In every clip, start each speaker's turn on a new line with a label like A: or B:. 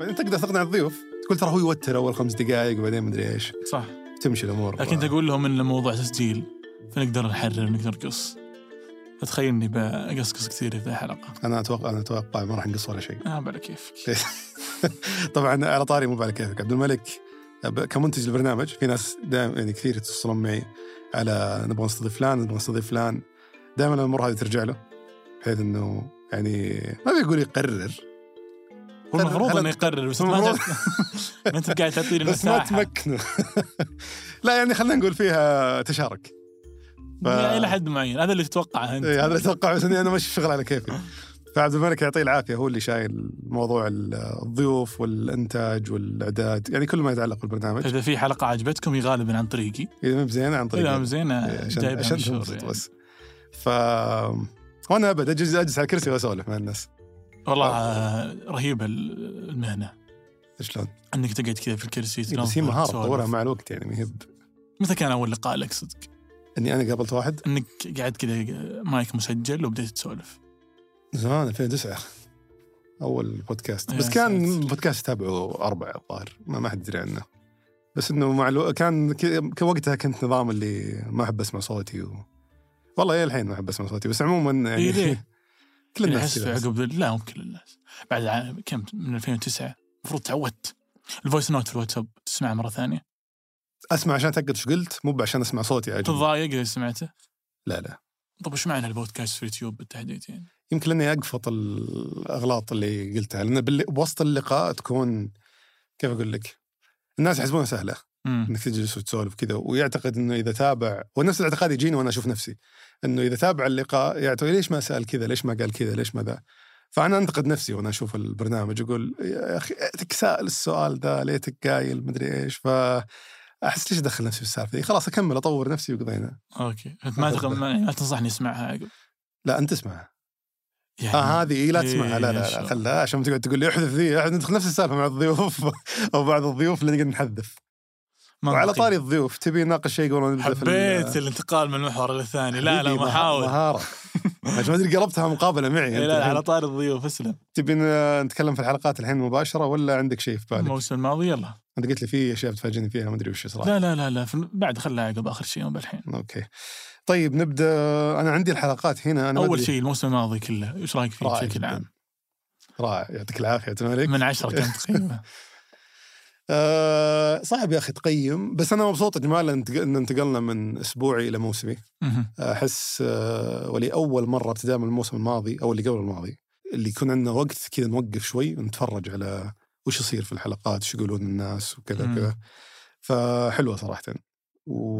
A: بعدين تقدر تقنع الضيوف تقول ترى هو يوتر اول خمس دقائق وبعدين مدري ايش
B: صح
A: تمشي الامور
B: لكن تقول لهم ان الموضوع تسجيل فنقدر نحرر ونقدر نقص فتخيل اني بقصقص كثير في الحلقه
A: انا اتوقع انا اتوقع ما راح نقص ولا شيء
B: ما على كيفك
A: طبعا على طاري مو على كيفك عبد الملك ب- كمنتج البرنامج في ناس دائما يعني كثير يتصلون معي على نبغى نستضيف فلان نبغى نستضيف فلان دائما الامور هذه ترجع له بحيث انه يعني ما بيقول يقرر
B: هو المفروض
A: هل-
B: انه يقرر بس أنت ما
A: المفروض-
B: جت- ما انت قاعد تعطيني
A: بس ما
B: المساحه
A: تمكنه لا يعني خلينا نقول فيها تشارك ف-
B: يعني الى حد معين هذا اللي تتوقعه انت
A: إيه، هذا اللي اتوقع بس اني انا ماشي الشغل على كيفي فعبد الملك يعطيه العافيه هو اللي شايل موضوع ال- الضيوف والانتاج والاعداد يعني كل ما يتعلق بالبرنامج
B: اذا في حلقه عجبتكم هي غالبا عن طريقي
A: اذا ما بزين عن طريق
B: اذا زين
A: إيه، عشان
B: جايبها
A: عشان
B: من شهور
A: تنبسط
B: يعني.
A: بس ف وانا ابد اجلس اجلس على كرسي واسولف مع الناس
B: والله
A: آه.
B: آه، رهيبه ال- المهنه
A: شلون؟
B: انك تقعد كذا في الكرسي
A: إيه، بس هي
B: تنظف،
A: مهاره
B: طيب، تسولف.
A: تطورها مع الوقت يعني ما هي ب-
B: متى كان اول لقاء لك صدق؟
A: اني انا قابلت واحد
B: انك قاعد كذا مايك مسجل وبديت تسولف
A: زمان 2009 اول بودكاست
B: يا
A: بس كان
B: ساتر.
A: بودكاست تابعه اربعه الظاهر ما, ما حد يدري عنه بس انه مع الو... كان ك... ك- وقتها كنت نظام اللي ما احب اسمع صوتي و... والله إلى الحين ما احب اسمع صوتي بس عموما
B: إيه،
A: يعني
B: ليه؟
A: كل
B: اللي
A: الناس
B: احس
A: كذا.
B: عقب لا مو كل الناس بعد عام- كم من 2009 المفروض تعودت الفويس نوت في الواتساب تسمعه مره ثانيه
A: اسمع عشان اتاكد ايش قلت مو عشان اسمع صوتي عجل.
B: تتضايق اذا سمعته
A: لا لا
B: طب وش معنى البودكاست في اليوتيوب بالتحديد يعني؟
A: يمكن لاني اقفط الاغلاط اللي قلتها لان بال- بوسط اللقاء تكون كيف اقول لك؟ الناس يحسبونها سهله
B: امم
A: انك تجلس وتسولف كذا ويعتقد انه اذا تابع ونفس الاعتقاد يجيني وانا اشوف نفسي انه اذا تابع اللقاء يعتقد ليش ما سال كذا ليش ما قال كذا ليش ما ذا فانا انتقد نفسي وانا اشوف البرنامج اقول يا اخي ليتك سائل السؤال ذا ليتك قايل مدري ايش ف احس ليش ادخل نفسي في السالفه دي خلاص اكمل اطور نفسي وقضينا
B: اوكي فأنت ما تق- ما ما تنصحني اسمعها عقب
A: لا انت اسمعها
B: يعني
A: اه هذه إيه لا
B: إيه،
A: تسمعها لا
B: إن
A: لا
B: شاء
A: لا
B: الله.
A: خلها عشان تقعد تقول لي احذف ذي احنا ندخل نفس السالفه مع الضيوف او بعض الضيوف اللي نقعد نحذف وعلى
B: منطقي.
A: طاري الضيوف تبي نناقش شيء قبل ما نبدا في ال-
B: حبيت الانتقال من المحور للثاني لا لا
A: حبيبي، مه-
B: محاول
A: مهارة عشان ما ادري قربتها مقابلة معي
B: إيه،
A: انت
B: لا على
A: الحين
B: طاري الضيوف اسلم
A: تبي ن- نتكلم في الحلقات الحين مباشرة ولا عندك شيء في بالك؟
B: الموسم الماضي يلا
A: انت قلت لي في اشياء بتفاجئني فيها ما ادري وش صراحة
B: لا لا لا لا في- بعد خلها عقب اخر شيء الحين
A: اوكي طيب نبدا انا عندي الحلقات هنا انا ما
B: اول
A: أدري.
B: شيء الموسم الماضي كله ايش رايك فيه
A: رائع
B: بشكل
A: جداً.
B: عام؟
A: رائع يعطيك العافية تمالك
B: من عشرة كم تقييمه؟
A: آه صعب يا اخي تقيم بس انا مبسوط يا جمال إن انتق- ان انتقلنا من اسبوعي الى موسمي
B: مهم.
A: احس آه، ولاول مره ابتداء من الموسم الماضي او اللي قبل الماضي اللي يكون عندنا وقت كذا نوقف شوي ونتفرج على وش يصير في الحلقات وش يقولون الناس وكذا
B: مم.
A: وكذا فحلوه صراحه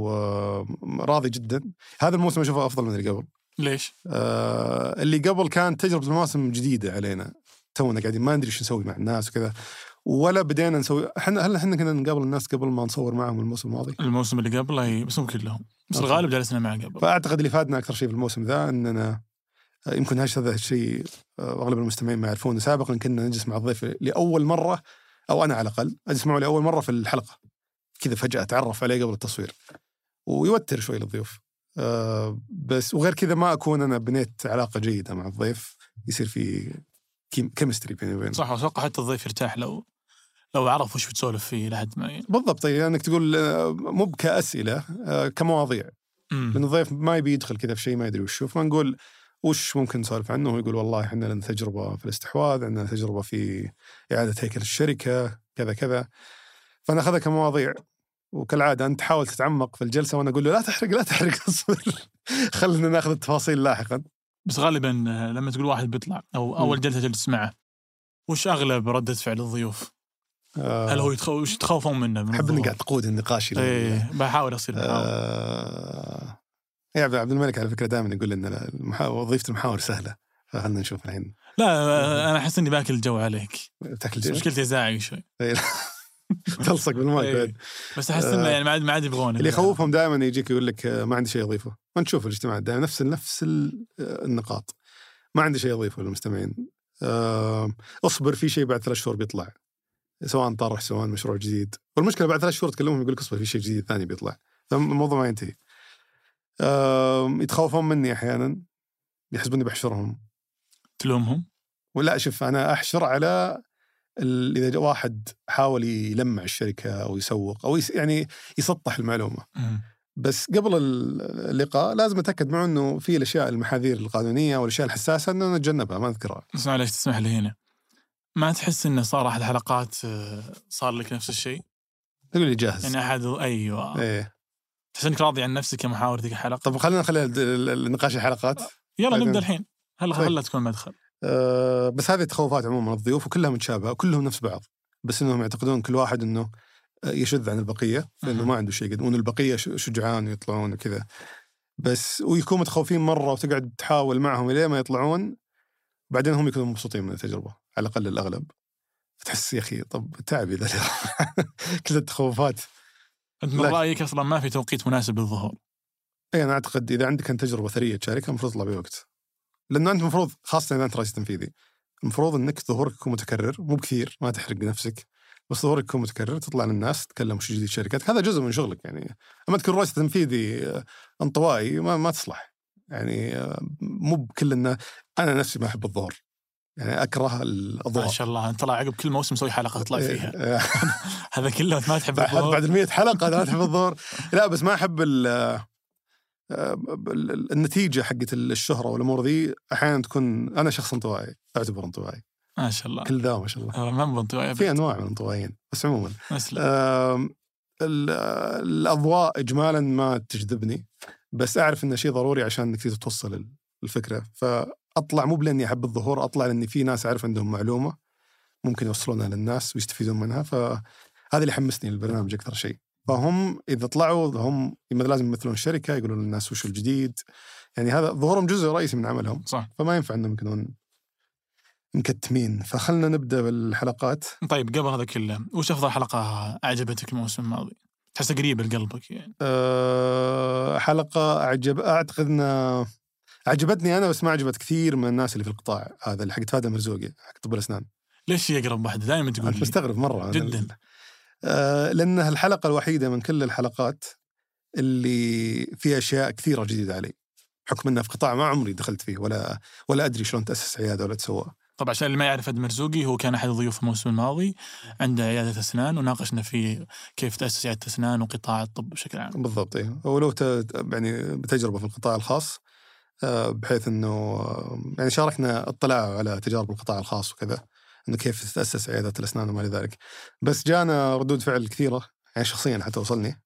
A: وراضي جدا هذا الموسم اشوفه افضل من اللي قبل
B: ليش؟
A: آه، اللي قبل كانت تجربه المواسم جديده علينا تونا قاعدين ما ندري وش نسوي مع الناس وكذا ولا بدينا نسوي احنا هل احنا كنا نقابل الناس قبل ما نصور معهم الموسم الماضي
B: الموسم اللي قبله هي- بس مو كلهم بس
A: أوكي.
B: الغالب جلسنا معه قبل
A: فاعتقد اللي فادنا اكثر شيء في الموسم ذا اننا آه، يمكن هش- هذا الشيء آه، اغلب المستمعين ما يعرفونه سابقا كنا نجلس مع الضيف لاول مره او انا على الاقل اجلس معه لاول مره في الحلقه كذا فجاه اتعرف عليه قبل التصوير ويوتر شوي للضيوف آه، بس وغير كذا ما اكون انا بنيت علاقه جيده مع الضيف يصير في كيمستري بيني وبينه
B: صح اتوقع حتى الضيف يرتاح لو لو عرف وش بتسولف فيه لحد ما
A: بالضبط يعني انك تقول آه، مو كاسئله آه، كمواضيع لان
B: مم.
A: الضيف ما يبي يدخل كذا في شيء ما يدري وشو فنقول وش ممكن نسولف عنه ويقول والله احنا لنا تجربه في الاستحواذ عندنا تجربه في اعاده هيكل الشركه كذا كذا فناخذها كمواضيع وكالعاده انت تحاول تتعمق في الجلسه وانا اقول له لا تحرق لا تحرق اصبر خلينا ناخذ التفاصيل لاحقا
B: بس غالبا آه، لما تقول واحد بيطلع او اول جلسه تجلس معه وش اغلب رده فعل الضيوف؟
A: آه،
B: هل هو يتخو... وش يتخوفون منه؟ من
A: احب اني
B: الظروف؟
A: قاعد تقود النقاش إلى-
B: ايه بحاول اصير محاور.
A: آه، يا عبد- عبد الملك على فكره دائما يقول ان المحا- وظيفه المحاور سهله فخلنا نشوف الحين
B: لا آه، انا احس اني باكل الجو عليك
A: بتاكل
B: بس
A: جيش
B: مشكلتي زاعي شوي
A: Oh تلصق بالمايك بعد
B: إيه. بس احس انه يعني ما عاد ما عاد يبغون
A: آه. اللي يخوفهم دائما يجيك يقول لك آه، ما عندي شيء اضيفه ما نشوف الاجتماعات دائما نفس نفس ال- آه، النقاط ما عندي شيء اضيفه للمستمعين آه، اصبر في شيء بعد ثلاث شهور بيطلع سواء طرح سواء مشروع جديد والمشكله بعد ثلاث شهور تكلمهم يقول لك اصبر في شيء جديد ثاني بيطلع فالموضوع ما ينتهي آه، يتخوفون مني احيانا يحسبوني بحشرهم
B: تلومهم
A: ولا شوف انا احشر على ال- اذا جاء واحد حاول يلمع الشركه او يسوق او يس يعني يسطح المعلومه
B: مم.
A: بس قبل ال- اللقاء لازم اتاكد معه انه في الاشياء المحاذير القانونيه والاشياء الحساسه انه نتجنبها ما نذكرها
B: بس معلش تسمح لي هنا ما تحس انه صار احد الحلقات آه، صار لك نفس الشيء؟
A: تقول لي جاهز
B: يعني احد ايوه
A: ايه
B: تحس انك راضي عن نفسك يا محاور ذيك الحلقه
A: طب خلينا نخلي ال- ال- النقاش الحلقات
B: يلا
A: بعدين.
B: نبدا الحين هلا
A: طيب.
B: هلا تكون مدخل
A: أه بس هذه التخوفات عموما الضيوف وكلها متشابهه كلهم نفس بعض بس انهم يعتقدون كل واحد انه آه، يشذ عن البقيه لانه
B: أها.
A: ما عنده شيء قد وان البقيه ش- شجعان ويطلعون وكذا بس ويكونوا متخوفين مره وتقعد تحاول معهم لين ما يطلعون بعدين هم يكونوا مبسوطين من التجربه على الاقل الاغلب فتحس يا اخي طب تعبي ذا كل التخوفات
B: انت من
A: لا.
B: رايك اصلا ما في توقيت مناسب للظهور
A: اي انا اعتقد اذا عندك انت تجربه ثريه تشاركها المفروض تطلع بوقت لانه انت المفروض خاصه اذا انت رئيس تنفيذي المفروض انك ظهورك يكون متكرر مو بكثير ما تحرق نفسك بس ظهورك يكون متكرر تطلع للناس تتكلم وش جديد شركتك هذا جزء من شغلك يعني اما تكون رئيس تنفيذي آه، انطوائي ما, ما تصلح يعني آه، مو بكل انه انا نفسي ما احب الظهور يعني اكره
B: ما
A: الضوء
B: شاء الله انت طلع عقب كل موسم مسوي حلقه تطلع فيها
A: إيه، آه،
B: هذا كله أنت ما تحب
A: بعد
B: الظهور
A: بعد ال 100 حلقه لا تحب الظهور لا بس ما احب ال آه، ال- ال- النتيجه حقت الشهره والامور ذي احيانا تكون انا شخص انطوائي اعتبر انطوائي
B: ما شاء الله
A: كل ذا ما شاء الله
B: آه، ما بنطوي
A: في
B: ابد
A: انواع من الانطوائيين بس عموما
B: اسلم
A: آه. آم، ال- الاضواء اجمالا ما تجذبني بس اعرف انه شيء ضروري عشان انك تقدر توصل ال- الفكره فاطلع مو بلاني احب الظهور اطلع لاني في ناس اعرف عندهم معلومه ممكن يوصلونها للناس ويستفيدون منها فهذا اللي حمسني للبرنامج اكثر شيء فهم اذا طلعوا هم لازم يمثلون الشركه يقولون للناس وش الجديد يعني هذا ظهورهم جزء رئيسي من عملهم
B: صح
A: فما ينفع انهم يكونون مكتمين فخلنا نبدا بالحلقات
B: طيب قبل هذا كله وش افضل حلقه اعجبتك الموسم الماضي؟ تحسها قريبه لقلبك يعني
A: أه، حلقة أعجب أعتقد أنها عجبتني أنا بس ما عجبت كثير من الناس اللي في القطاع هذا اللي حق فادة مرزوقي حق طب الأسنان
B: ليش هي اقرب واحده دائما تقول
A: أنت
B: لي
A: مستغرب مرة أنا-
B: جداً.
A: أه، لأنها الحلقة الوحيدة من كل الحلقات اللي فيها أشياء كثيرة جديدة علي حكم أنها في قطاع ما عمري دخلت فيه ولا ولا أدري شلون تأسس عيادة ولا تسوى
B: طبعا عشان اللي ما يعرف اد مرزوقي هو كان احد ضيوف الموسم الماضي عنده عياده اسنان وناقشنا في كيف تاسس عياده اسنان وقطاع الطب بشكل عام
A: بالضبط ايه ولو ت... يعني تجربه في القطاع الخاص آه، بحيث انه آه، يعني شاركنا اطلاع على تجارب القطاع الخاص وكذا انه كيف تتاسس عياده الاسنان وما الى ذلك بس جانا ردود فعل كثيره يعني شخصيا حتى وصلني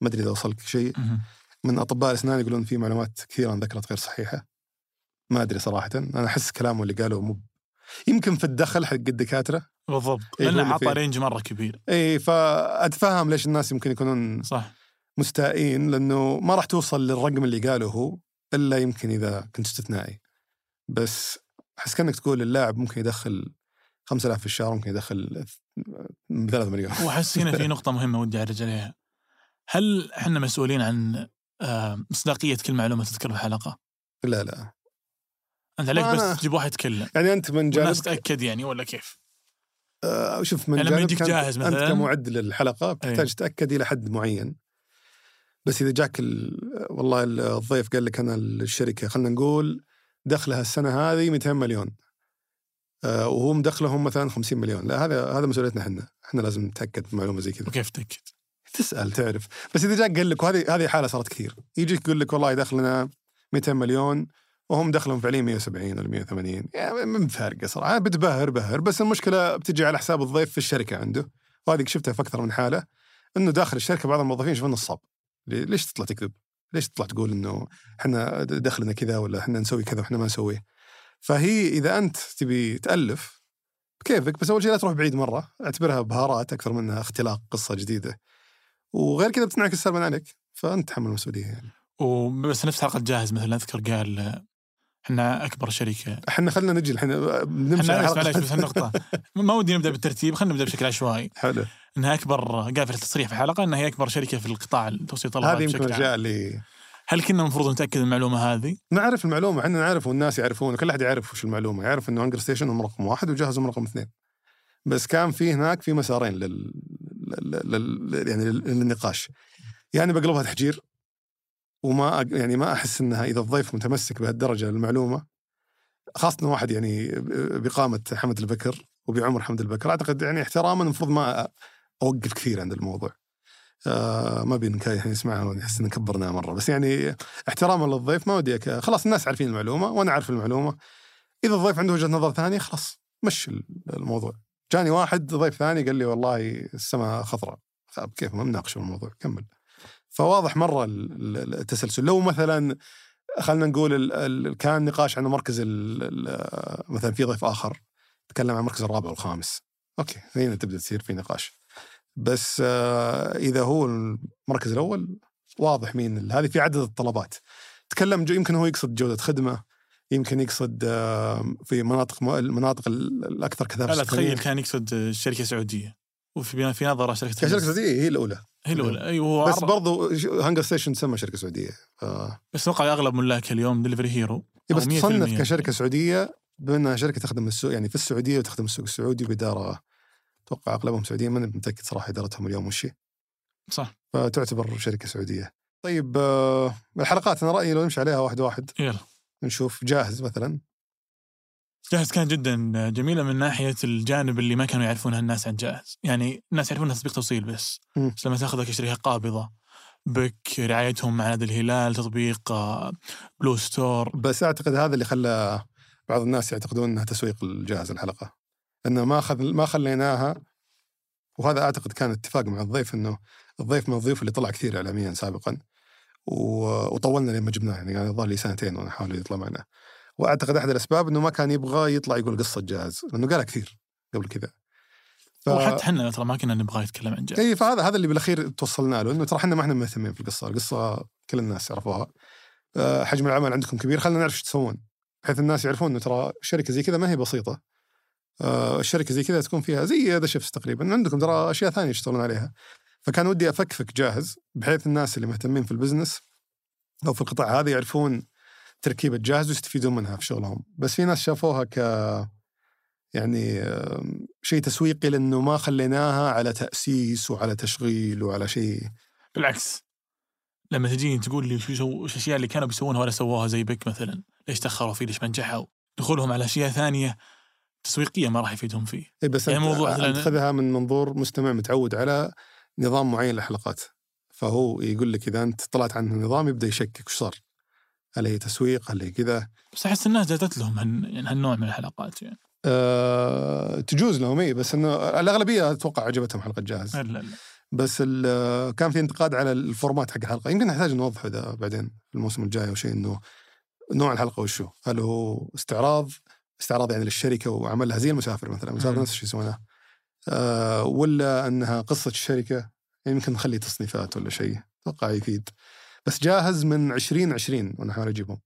A: ما ادري اذا وصلك شيء
B: مهم.
A: من اطباء الاسنان يقولون في معلومات كثيره انذكرت غير صحيحه ما ادري صراحه انا احس كلامه اللي قاله مو يمكن في الدخل حق الدكاتره
B: بالضبط
A: إيه، هو
B: لانه
A: اللي
B: عطى
A: فيه. نعم.
B: رينج مره كبير
A: اي فاتفهم إيه، ليش الناس يمكن يكونون
B: صح
A: مستائين لانه ما راح توصل للرقم اللي قاله هو الا يمكن اذا كنت استثنائي بس احس كانك تقول اللاعب ممكن يدخل 5000 في الشهر ممكن يدخل 3 مليون
B: واحس هنا في نقطة مهمة ودي اعرج عليها. هل احنا مسؤولين عن آه، مصداقية كل معلومة تذكر بالحلقة؟
A: لا لا
B: انت ليش
A: ما أنا-
B: بس تجيب واحد يتكلم؟
A: يعني انت من جانب
B: والناس تتأكد يعني ولا كيف؟
A: آه، شوف من
B: يعني لما
A: جانب
B: يجيك
A: كان-
B: جاهز مثلاً. أيوه.
A: انت كمعد للحلقه
B: أي.
A: بتحتاج تتاكد الى حد معين بس اذا جاك ال... والله ال- الضيف قال لك انا الشركه خلينا نقول دخلها السنه هذه 200 مليون آه، وهو مدخلهم مثلا 50 مليون لا هذا هذا مسؤوليتنا احنا احنا لازم نتاكد من معلومه زي كذا
B: وكيف تأكد؟
A: تسال تعرف بس اذا جاك قال لك وهذه هذه حاله صارت كثير يجيك يقول لك والله دخلنا 200 مليون وهم دخلهم فعليا 170 ولا 180 يعني من فارقه صراحه بتبهر بهر بس المشكله بتجي على حساب الضيف في الشركه عنده وهذه شفتها في اكثر من حاله انه داخل الشركه بعض الموظفين يشوفون نصاب لي- ليش تطلع تكذب؟ ليش تطلع تقول انه احنا دخلنا كذا ولا احنا نسوي كذا واحنا ما نسويه؟ فهي اذا انت تبي تالف بكيفك بس اول شيء لا تروح بعيد مره اعتبرها بهارات اكثر منها اختلاق قصه جديده وغير كذا بتنعكس سلبا عليك فانت تحمل المسؤوليه يعني
B: وبس نفس حلقة جاهز مثلا اذكر قال آه، احنا اكبر شركة
A: احنا خلينا نجي الحين آه، نمشي
B: احنا
A: على
B: بس معليش
A: الحلقه
B: بس هالنقطة ما ودي نبدا بالترتيب خلينا نبدا بشكل عشوائي
A: حلو
B: انها اكبر قال في التصريح في الحلقة انها هي اكبر شركة في القطاع توصيل طلبات
A: هذه يمكن
B: بشكل عام.
A: الاشياء اللي
B: هل كنا المفروض نتأكد من المعلومة هذه؟
A: نعرف المعلومه احنا نعرف والناس يعرفون وكل احد يعرف وش المعلومه يعرف انه هانجر ستيشن هم رقم واحد وجهز هم رقم اثنين بس كان في هناك في مسارين لل... لل... لل... يعني لل- للنقاش يعني بقلبها تحجير وما أ- يعني ما احس انها اذا الضيف متمسك بهالدرجه للمعلومه خاصه إنه واحد يعني ب- بقامه حمد البكر وبعمر حمد البكر اعتقد يعني احتراما المفروض ما اوقف كثير عند الموضوع آه ما بين الحين يسمعها ونحس ان كبرناه مره بس يعني احتراما للضيف ما ودي أك... خلاص الناس عارفين المعلومه وانا عارف المعلومه اذا الضيف عنده وجهه نظر ثانيه خلاص مشي الموضوع جاني واحد ضيف ثاني قال لي والله السماء خضراء طب كيف ما مناقش الموضوع كمل فواضح مره التسلسل لو مثلا خلينا نقول كان نقاش عن مركز مثلا في ضيف اخر تكلم عن المركز الرابع والخامس اوكي هنا تبدا تصير في نقاش بس اذا هو المركز الاول واضح مين هذه في عدد الطلبات تكلم يمكن هو يقصد جوده خدمه يمكن يقصد آه، في مناطق المناطق الاكثر كثافه
B: لا تخيل كان يقصد شركه سعوديه وفي في نظره شركه
A: الشركه السعوديه هي الاولى
B: هي الاولى ايوه
A: بس برضو هانجر ستيشن تسمى شركه سعوديه ف...
B: بس اتوقع اغلب ملاك اليوم دليفري هيرو
A: إيه، بس تصنف كشركه سعوديه بانها شركه تخدم السوق يعني في السعوديه وتخدم السوق السعودي باداره اتوقع اغلبهم سعوديين ماني متاكد صراحه ادارتهم اليوم وش
B: صح
A: فتعتبر شركه سعوديه طيب الحلقات انا رايي لو نمشي عليها واحد واحد
B: يلا
A: نشوف جاهز مثلا
B: جاهز كان جدا جميلة من ناحية الجانب اللي ما كانوا يعرفونها الناس عن جاهز يعني الناس يعرفونها تطبيق توصيل بس
A: م.
B: بس لما تاخذها كشركة قابضة بك رعايتهم مع نادي الهلال تطبيق آه، بلو ستور
A: بس أعتقد هذا اللي خلى بعض الناس يعتقدون أنها تسويق الجاهز الحلقة أنه ما خذ ما خليناها وهذا أعتقد كان اتفاق مع الضيف أنه الضيف من الضيوف اللي طلع كثير إعلاميا سابقا وطولنا لما جبناه يعني يعني ظهر لي سنتين وأنا أحاول يطلع معنا واعتقد احد الاسباب انه ما كان يبغى يطلع يقول قصه جاهز لانه قالها كثير قبل كذا
B: ف... وحتى احنا ترى ما كنا نبغى نتكلم عن جاهز
A: اي فهذا هذا اللي بالاخير توصلنا له انه ترى احنا ما احنا مهتمين في القصه، القصه كل الناس يعرفوها. أه حجم العمل عندكم كبير خلينا نعرف ايش تسوون بحيث الناس يعرفون انه ترى شركه زي كذا ما هي بسيطه. أه الشركه زي كذا تكون فيها زي ذا شيفس تقريبا عندكم ترى اشياء ثانيه يشتغلون عليها. فكان ودي افكفك جاهز بحيث الناس اللي مهتمين في البزنس او في القطاع هذا يعرفون تركيبة جاهز ويستفيدون منها في شغلهم بس في ناس شافوها ك يعني شيء تسويقي لأنه ما خليناها على تأسيس وعلى تشغيل وعلى شيء
B: بالعكس لما تجيني تقول لي شو شو الأشياء اللي كانوا بيسوونها ولا سووها زي بك مثلا ليش تأخروا فيه ليش ما نجحوا دخولهم على أشياء ثانية تسويقية ما راح يفيدهم فيه
A: إيه بس
B: يعني
A: موضوع تاخذها من منظور مستمع متعود على نظام معين للحلقات فهو يقول لك إذا أنت طلعت عن النظام يبدأ يشكك وش صار هل هي تسويق هل هي كذا
B: بس احس الناس جاتت لهم هن... يعني هالنوع من الحلقات يعني
A: أه تجوز لهم اي بس انه الاغلبيه اتوقع عجبتهم حلقه جاهز
B: لا لا
A: بس آه، كان في انتقاد على الفورمات حق الحلقه يمكن نحتاج نوضحه ده بعدين الموسم الجاي او شيء انه نوع الحلقه وشو هل هو استعراض استعراض يعني للشركه وعملها زي المسافر مثلا المسافر نفس الشيء سويناه أه ولا انها قصه الشركه يعني يمكن نخلي تصنيفات ولا شيء اتوقع يفيد بس جاهز من 2020 وانا احاول اجيبهم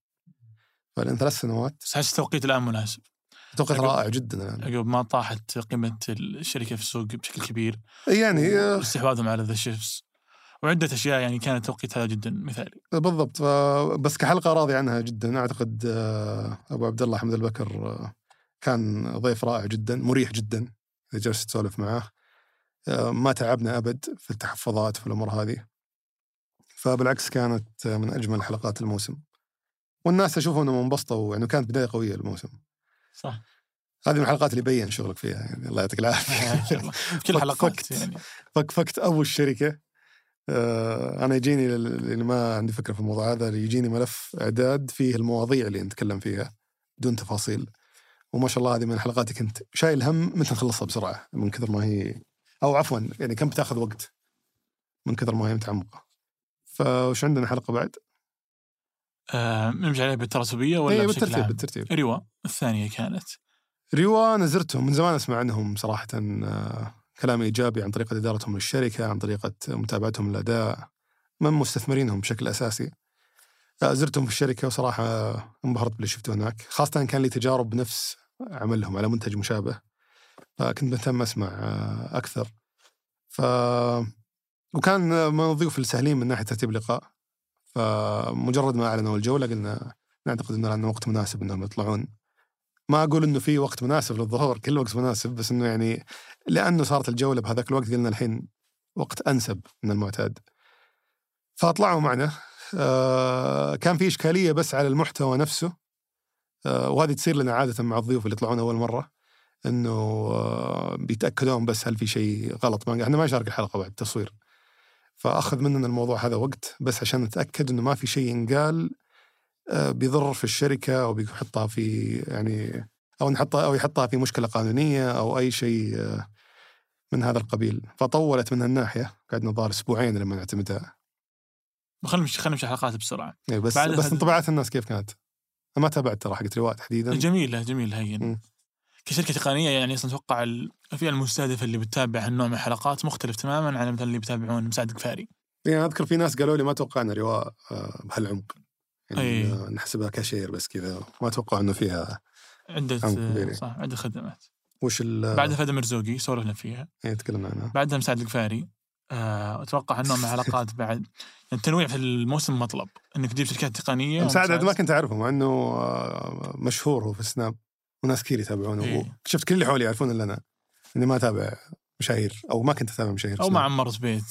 A: فلان ثلاث سنوات
B: بس احس التوقيت الان مناسب
A: توقيت رائع جدا الان
B: يعني. عقب ما طاحت قيمه الشركه في السوق بشكل كبير
A: يعني
B: استحواذهم على ذا شيفس وعده اشياء يعني كان التوقيت هذا جدا مثالي
A: بالضبط بس كحلقه راضي عنها جدا اعتقد ابو آه، عبد الله حمد البكر آه، كان ضيف رائع جدا مريح جدا اذا جلست تسولف معاه ما تعبنا ابد في التحفظات في الامور هذه فبالعكس كانت من اجمل حلقات الموسم والناس اشوفهم انهم انبسطوا يعني كانت بدايه قويه الموسم
B: صح
A: هذه من الحلقات اللي بين شغلك فيها يعني الله يعطيك العافيه
B: كل حلقات يعني
A: فك فكت ابو الشركه آه انا يجيني اللي ما عندي فكره في الموضوع هذا يجيني ملف اعداد فيه المواضيع اللي نتكلم فيها بدون تفاصيل وما شاء الله هذه من حلقاتي كنت شايل هم متى نخلصها بسرعه من كثر ما هي او عفوا يعني كم بتاخذ وقت من كثر ما هي متعمقه فوش عندنا حلقه بعد؟
B: آه نمشي عليها بالتراتبيه ولا
A: ايه بالترتيب عام؟ بالترتيب
B: ريوا الثانيه كانت
A: ريوا انا زرتهم من زمان اسمع عنهم صراحه آه كلام ايجابي عن طريقه ادارتهم للشركه عن طريقه متابعتهم للاداء من مستثمرينهم بشكل اساسي آه زرتهم في الشركه وصراحه انبهرت باللي شفته هناك خاصه كان لي تجارب بنفس عملهم على منتج مشابه فكنت مهتم اسمع آه اكثر ف وكان من الضيوف السهلين من ناحيه ترتيب اللقاء فمجرد ما اعلنوا الجوله قلنا نعتقد انه لنا وقت مناسب انهم يطلعون ما اقول انه في وقت مناسب للظهور كل وقت مناسب بس انه يعني لانه صارت الجوله بهذاك الوقت قلنا الحين وقت انسب من المعتاد فاطلعوا معنا آه كان في اشكاليه بس على المحتوى نفسه آه وهذه تصير لنا عاده مع الضيوف اللي يطلعون اول مره انه آه، بيتاكدون بس هل في شيء غلط ما احنا ما نشارك الحلقه بعد التصوير فاخذ مننا الموضوع هذا وقت بس عشان نتاكد انه ما في شيء ينقال آه، بيضر في الشركه او بيحطها في يعني او نحطها او يحطها في مشكله قانونيه او اي شيء آه، من هذا القبيل فطولت من هالناحيه قعدنا ظهر اسبوعين لما نعتمدها
B: خلينا نمشي خلينا نمشي حلقات بسرعه
A: يعني بس
B: بعد
A: بس
B: هذا-
A: انطباعات الناس كيف كانت؟ أنا ما تابعت ترى حقت رواء تحديدا
B: جميله جميله هين
A: مم.
B: كشركه تقنيه يعني اصلا اتوقع ال- الفئه المستهدفه اللي بتتابع هالنوع من الحلقات مختلف تماما عن مثلا اللي بيتابعون مساعد قفاري
A: يعني اذكر في ناس قالوا لي ما توقعنا رواء آه، بهالعمق يعني
B: أي.
A: آه، نحسبها كاشير بس كذا ما اتوقع انه فيها
B: عده
A: أم كبيرة.
B: صح عده خدمات
A: وش ال
B: بعدها فدا مرزوقي سولفنا فيها
A: يعني تكلمنا عنها
B: بعدها مساعد القفاري آه، اتوقع هالنوع من الحلقات بعد يعني التنويع في الموسم مطلب انك تجيب شركات تقنيه
A: مساعد
B: ومساعد-
A: عاد ما كنت اعرفه مع انه آه، مشهور هو في السناب وناس كثير يتابعونه
B: إيه.
A: وشفت كل اللي حولي يعرفون الا انا اني ما اتابع مشاهير او ما كنت اتابع مشاهير في
B: او ما
A: السناب.
B: عمرت بيت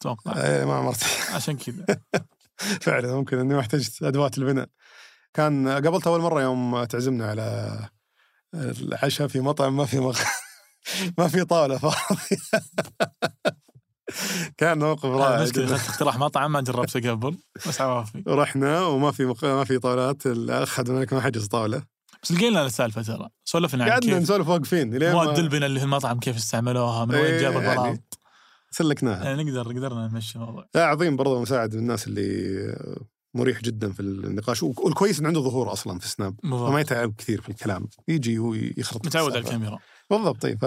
B: اتوقع
A: آه، ما عمرت
B: عشان كذا
A: فعلا ممكن اني ما احتجت ادوات البناء كان قابلت اول مره يوم تعزمنا على العشاء في مطعم ما في مخ... ما في طاوله فاضيه كان موقف رائع
B: المشكله
A: جداً.
B: اخذت اقتراح مطعم ما جربته قبل بس عوافي
A: رحنا وما في مق... ما في طاولات الاخ هذا منك ما حجز طاوله
B: بس لقينا لنا السالفه ترى سولفنا عن
A: قعدنا
B: يعني كيف
A: نسولف واقفين لين
B: مواد
A: ما
B: دلبنا اللي في المطعم كيف استعملوها من وين
A: إيه،
B: جاب
A: يعني.
B: الغراض
A: سلكناها
B: يعني نقدر قدرنا نمشي الموضوع
A: لا عظيم برضه مساعد من الناس اللي مريح جدا في النقاش والكويس انه عنده ظهور اصلا في السناب
B: بالضبط.
A: فما يتعب كثير في الكلام يجي ويخرط
B: متعود على
A: السالفة.
B: الكاميرا
A: بالضبط اي ف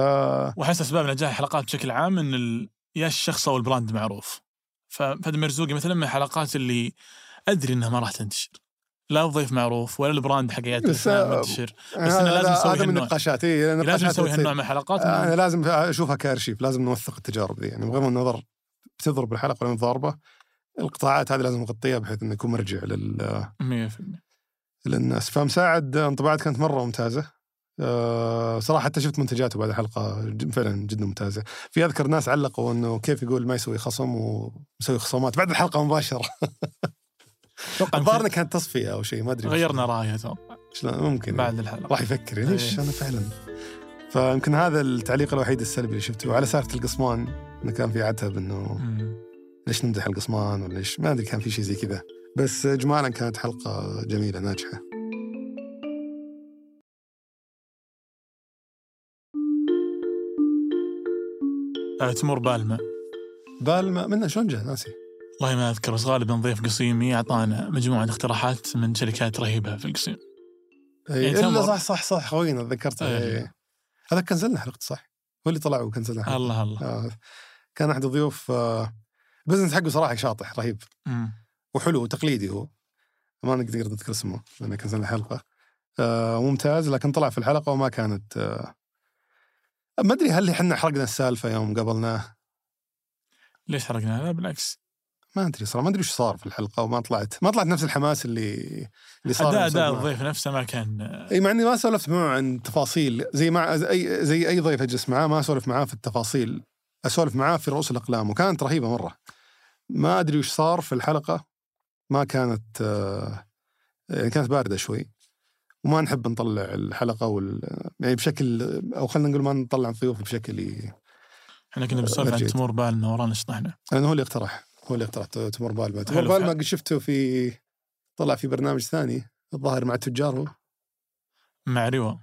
B: واحس اسباب نجاح الحلقات بشكل عام ان ال... يا الشخص او البراند معروف ففهد مرزوقي مثلا من الحلقات اللي ادري انها ما راح تنتشر لا الضيف معروف ولا البراند حق عيادة
A: بس-
B: الأسنان منتشر بس
A: هذا-
B: إنه لازم نسوي
A: هذا من
B: هالنوع. إيه،
A: النقاشات إيه، اي
B: لازم نسوي هالنوع من الحلقات
A: انا آه، لازم اشوفها كارشيف لازم نوثق التجارب ذي يعني بغض النظر بتضرب الحلقه ولا متضاربه القطاعات هذه لازم نغطيها بحيث انه يكون مرجع لل...
B: 100%
A: للناس فمساعد انطباعات كانت مره ممتازه أه صراحه حتى شفت منتجاته بعد الحلقه ج- فعلا جدا ممتازه في اذكر ناس علقوا انه كيف يقول ما يسوي خصم ومسوي خصومات بعد الحلقه مباشره الظاهر إنه
B: اتوقع
A: كانت تصفيه او شيء ما ادري
B: غيرنا رايه اتوقع
A: شلون ممكن يعني.
B: بعد الحلقه
A: راح يفكر ليش
B: إيه.
A: انا فعلا فيمكن هذا التعليق الوحيد السلبي اللي شفته وعلى سالفه القصمان انه كان في عتب انه
B: مم.
A: ليش نمدح القصمان ولا ليش ما ادري كان في شيء زي كذا بس اجمالا كانت حلقه جميله ناجحه
B: آه، تمر بالما
A: بالما منه شلون جاء ناسي
B: والله ما اذكر بس غالبا ضيف قصيمي اعطانا مجموعه اقتراحات من شركات رهيبه في القصيم
A: اي
B: يعني
A: الا
B: تمر.
A: إيه، صح صح صح خوينا تذكرت
B: إيه.
A: إي. هذا كنزلنا حلقته صح هو اللي طلع وكنزلنا حلقته
B: الله الله
A: آه. كان احد الضيوف آه. بزنس حقه صراحه شاطح رهيب
B: مم.
A: وحلو وتقليدي هو ما نقدر نذكر اسمه لان كنزلنا الحلقه آه ممتاز لكن طلع في الحلقه وما كانت آه ما ادري هل احنا حرقنا السالفه يوم قابلناه
B: ليش حرقنا لا بالعكس
A: ما ادري صراحه ما ادري ايش صار في الحلقه وما طلعت ما طلعت نفس الحماس اللي اللي صار
B: اداء
A: يوم
B: اداء
A: سولفنا.
B: الضيف نفسه ما كان آه،
A: اي مع اني ما سولفت معه عن تفاصيل زي مع زي اي زي اي ضيف اجلس معاه ما اسولف معاه في التفاصيل اسولف معاه في رؤوس الاقلام وكانت رهيبه مره ما ادري وش صار في الحلقه ما كانت آه، يعني كانت بارده شوي وما نحب نطلع الحلقه وال يعني بشكل او خلينا نقول ما نطلع الضيوف بشكل ي-
B: احنا
A: أه،
B: كنا بنسولف عن
A: أرجيت.
B: تمر بالما ورانا شطحنا
A: لانه هو اللي اقترح هو اللي اقترح تمر بالما
B: حلو.
A: تمر بالما قد شفته في طلع في برنامج ثاني الظاهر مع التجار هو،
B: مع روا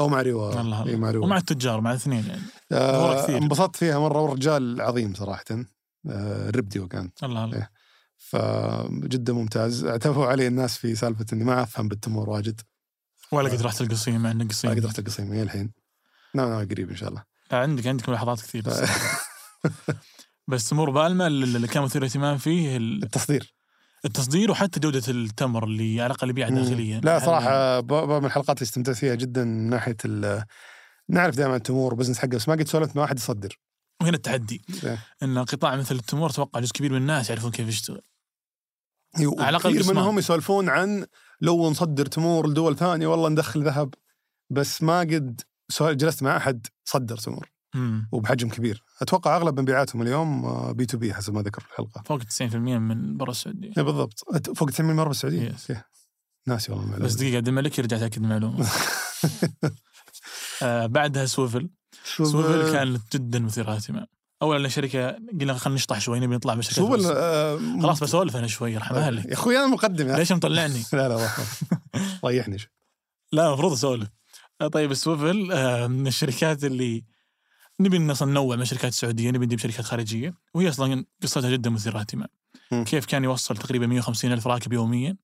A: او مع ريوا
B: الله
A: إي،
B: الله
A: مع ريوا
B: ومع التجار مع الاثنين يعني
A: آه،
B: دورة كثير.
A: انبسطت فيها مره ورجال عظيم صراحه آه، الربدي وكان
B: الله الله
A: فجدا ممتاز اعترفوا علي الناس في سالفه اني ما افهم بالتمور واجد
B: ولا قد رحت القصيم مع انه
A: ما
B: قصيم
A: قدرت القصيم إلى الحين نعم نعم قريب ان شاء الله
B: لا، عندك عندك ملاحظات كثير
A: إيه.
B: بس تمر بالما اللي اللي كان مثير اهتمام فيه ال-
A: التصدير
B: التصدير وحتى جوده التمر اللي على الاقل يبيع داخليا
A: مم. لا
B: هل-
A: صراحه ب- ب- من الحلقات اللي استمتعت فيها جدا من ناحيه ال- نعرف دائما التمور وبزنس حقه بس ما قد سولفت مع احد يصدر
B: وهنا التحدي
A: إيه.
B: ان قطاع مثل التمور اتوقع جزء كبير من الناس يعرفون كيف يشتغل على
A: على
B: الأقل
A: كثير
B: قسمان.
A: منهم يسولفون عن لو نصدر تمور لدول ثانيه والله ندخل ذهب بس ما قد سو- جلست مع احد صدر تمور
B: مم.
A: وبحجم كبير اتوقع اغلب مبيعاتهم اليوم آه، بي تو بي حسب ما ذكر في الحلقه
B: فوق 90% من برا السعوديه
A: إيه بالضبط أت- فوق 90 مره
B: إيه.
A: بالسعوديه
B: Yes.
A: أوكي. ناسي والله المعلومه
B: بس دقيقه عبد الملك يرجع تاكد المعلومه آه بعدها سويفل
A: آه،
B: سويفل كان جدا مثير للاهتمام اولا شركه قلنا خلينا نشطح شوي نبي نطلع بشركه
A: سوبل
B: فلوس. خلاص بسولف انا شوي يرحم اهلك
A: آه، طيب. يا اخوي انا مقدم يا أخي.
B: ليش مطلعني؟
A: لا لا واحد. ريحني شوي.
B: لا المفروض اسولف آه، طيب السويفل آه، من الشركات اللي نبي إن اصلا ننوع من شركات سعوديه نبي نجيب شركات خارجيه وهي اصلا قصتها جدا مثيره للاهتمام
A: مم.
B: كيف كان يوصل تقريبا 150 الف راكب يوميا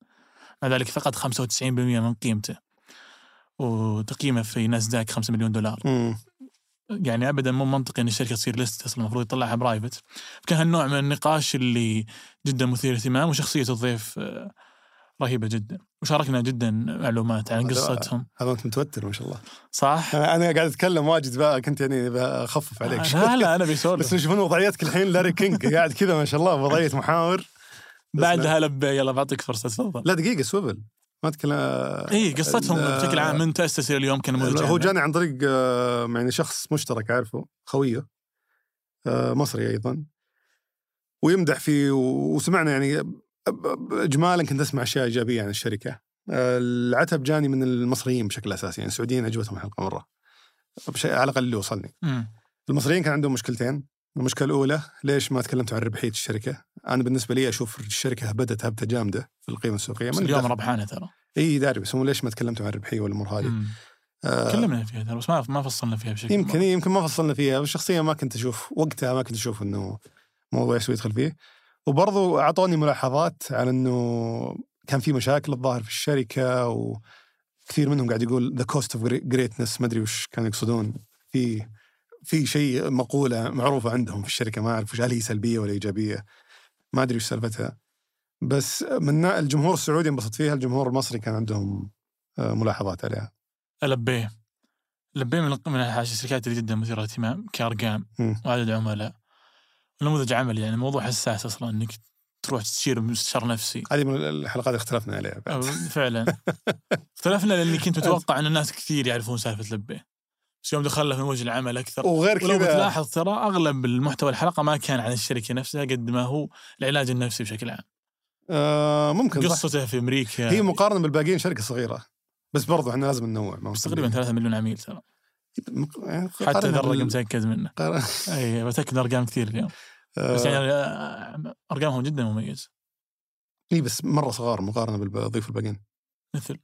B: مع ذلك فقط 95% من قيمته وتقييمه في ناسداك 5 مليون دولار
A: مم.
B: يعني ابدا مو منطقي ان الشركه تصير ليست اصلا المفروض يطلعها برايفت فكان هالنوع من النقاش اللي جدا مثير اهتمام وشخصيه الضيف آه، رهيبه جدا وشاركنا جدا معلومات عن
A: هذا-
B: قصتهم
A: هذا انت متوتر ما شاء الله
B: صح؟
A: انا أنا قاعد اتكلم واجد بقى كنت يعني بخفف عليك
B: آه، لا
A: شوي.
B: لا انا
A: بس
B: بيسولف
A: يشوفون وضعيتك الحين لاري كينج قاعد كذا ما شاء الله وضعيه محاور
B: بعدها لبى يلا بعطيك فرصه تفضل
A: لا دقيقه سوبل ما اتكلم
B: اي قصتهم
A: ال-
B: بشكل عام من تاسس الى اليوم كان نموذج
A: هو
B: عمل.
A: جاني عن طريق آه، يعني شخص مشترك اعرفه خويه آه، مصري ايضا ويمدح فيه و- وسمعنا يعني أب- أب- اجمالا كنت اسمع اشياء ايجابيه عن الشركه آه، العتب جاني من المصريين بشكل اساسي يعني السعوديين عجبتهم الحلقه مره بشيء على الاقل اللي وصلني
B: أمم.
A: المصريين كان عندهم مشكلتين المشكله الاولى ليش ما تكلمتوا عن ربحيه الشركه انا بالنسبه لي اشوف الشركه هبدت هبته جامده في القيمه السوقيه
B: بس
A: من
B: اليوم
A: الداخل.
B: ربحانه ترى
A: اي داري بس هم ليش ما تكلمتوا عن الربحيه والامور هذه
B: أمم.
A: طيب. آه،
B: تكلمنا فيها ترى بس ما ما فصلنا فيها بشكل
A: يمكن يمكن ما فصلنا فيها بس شخصيا ما كنت اشوف وقتها ما كنت اشوف انه موضوع يسوي يدخل فيه وبرضو اعطوني ملاحظات على انه كان في مشاكل الظاهر في الشركه وكثير منهم قاعد يقول ذا كوست اوف جريتنس ما ادري وش كانوا يقصدون في في شيء مقوله معروفه عندهم في الشركه ما اعرف وش هل هي سلبيه ولا ايجابيه ما ادري وش سالفتها بس من الجمهور السعودي انبسط فيها الجمهور المصري كان عندهم آه، ملاحظات عليها
B: لبيه لبيه من من الشركات اللي جدا مثيره للاهتمام كارقام
A: مم.
B: وعدد عملاء نموذج عمل يعني موضوع حساس اصلا انك تروح تستشير مستشار نفسي
A: هذه من الحلقات اللي اختلفنا عليها بعد.
B: أو- فعلا اختلفنا لاني كنت متوقع ان الناس كثير يعرفون سالفه لبيه بس يوم دخلنا في وجه العمل اكثر
A: وغير
B: ولو
A: كذا
B: بتلاحظ ترى اغلب المحتوى الحلقه ما كان عن الشركه نفسها قد ما هو العلاج النفسي بشكل عام
A: آه ممكن صح.
B: قصته في امريكا
A: هي مقارنه بالباقيين شركه صغيره بس برضو احنا لازم ننوع ما هو
B: بس تقريبا 3 مليون عميل ترى
A: مق- يعني
B: حتى ذا
A: قارنها
B: الرقم
A: بال-
B: متاكد منه
A: قارن-
B: اي بتاكد ارقام كثير اليوم بس
A: آه،
B: يعني آه، ارقامهم جدا مميز
A: اي بس مره صغار مقارنه بالضيوف الباقيين
B: مثل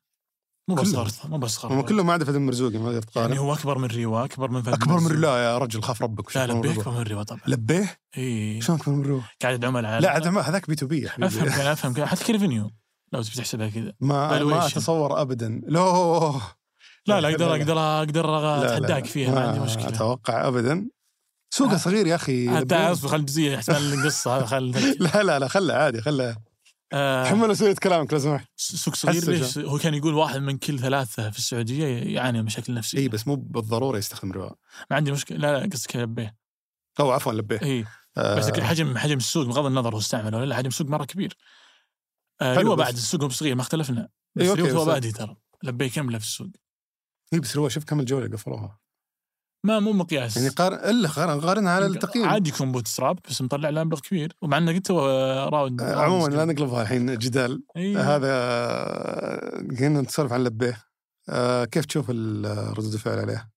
B: مو
A: كلهم.
B: بس صغار مو بس صغار
A: هم كلهم ما عدا فهد المرزوقي ما تقدر
B: آه. يعني
A: تقارن
B: هو اكبر من ريوا اكبر من فهد
A: اكبر من
B: منصور.
A: لا يا رجل خاف ربك وش
B: لا
A: أكبر من
B: لبيه
A: ربع.
B: اكبر من ريوا طبعا
A: لبيه
B: اي
A: شلون اكبر من ربع؟
B: قاعد عمل على
A: لا عاد ما هذاك بي تو بي يا
B: افهم
A: حبيبي
B: كان افهم كان حتى كريفينيو لو تبي تحسبها كذا
A: ما ما
B: valuation.
A: اتصور ابدا لا
B: لا لا اقدر
A: لا، لا.
B: اقدر اقدر
A: لا، لا،
B: اتحداك آه، فيها ما عندي مشكله
A: اتوقع ابدا سوقه
B: آه.
A: صغير يا اخي
B: حتى
A: لبيه.
B: اصبر خل الجزئيه احتمال القصه هذا خل
A: لا لا لا خله عادي خله
B: آه،
A: تحمل مسؤوليه كلامك لو سمحت
B: سوق صغير
A: حسه
B: ليش هو كان يقول واحد من كل ثلاثه في السعوديه يعاني من مشاكل نفسيه
A: اي بس مو بالضروره يستخدم ربا
B: ما عندي مشكله لا لا قصدك لبيه
A: او عفوا لبيه
B: اي
A: آه،
B: إيه، بس حجم حجم السوق بغض النظر هو استعمل ولا لا حجم السوق مره كبير آه،
A: حلو،
B: ريوا
A: بس-
B: بعد السوق صغير ما اختلفنا بس
A: إي، أوكي،
B: ريوا تو
A: بس-
B: بادي ترى لبيه كامله في السوق
A: اي إيه، بس هو شوف كم الجوله قفلوها
B: ما مو مقياس
A: يعني قارن الا قارن قارنها على التقييم
B: عادي يكون بوت ستراب بس مطلع له مبلغ كبير ومع انه قلت هو راوند
A: آه، عموما لا نقلبها الحين جدال
B: إيه.
A: هذا آه، كنا نتسولف عن لبيه آه، كيف تشوف ال- ردود الفعل عليه؟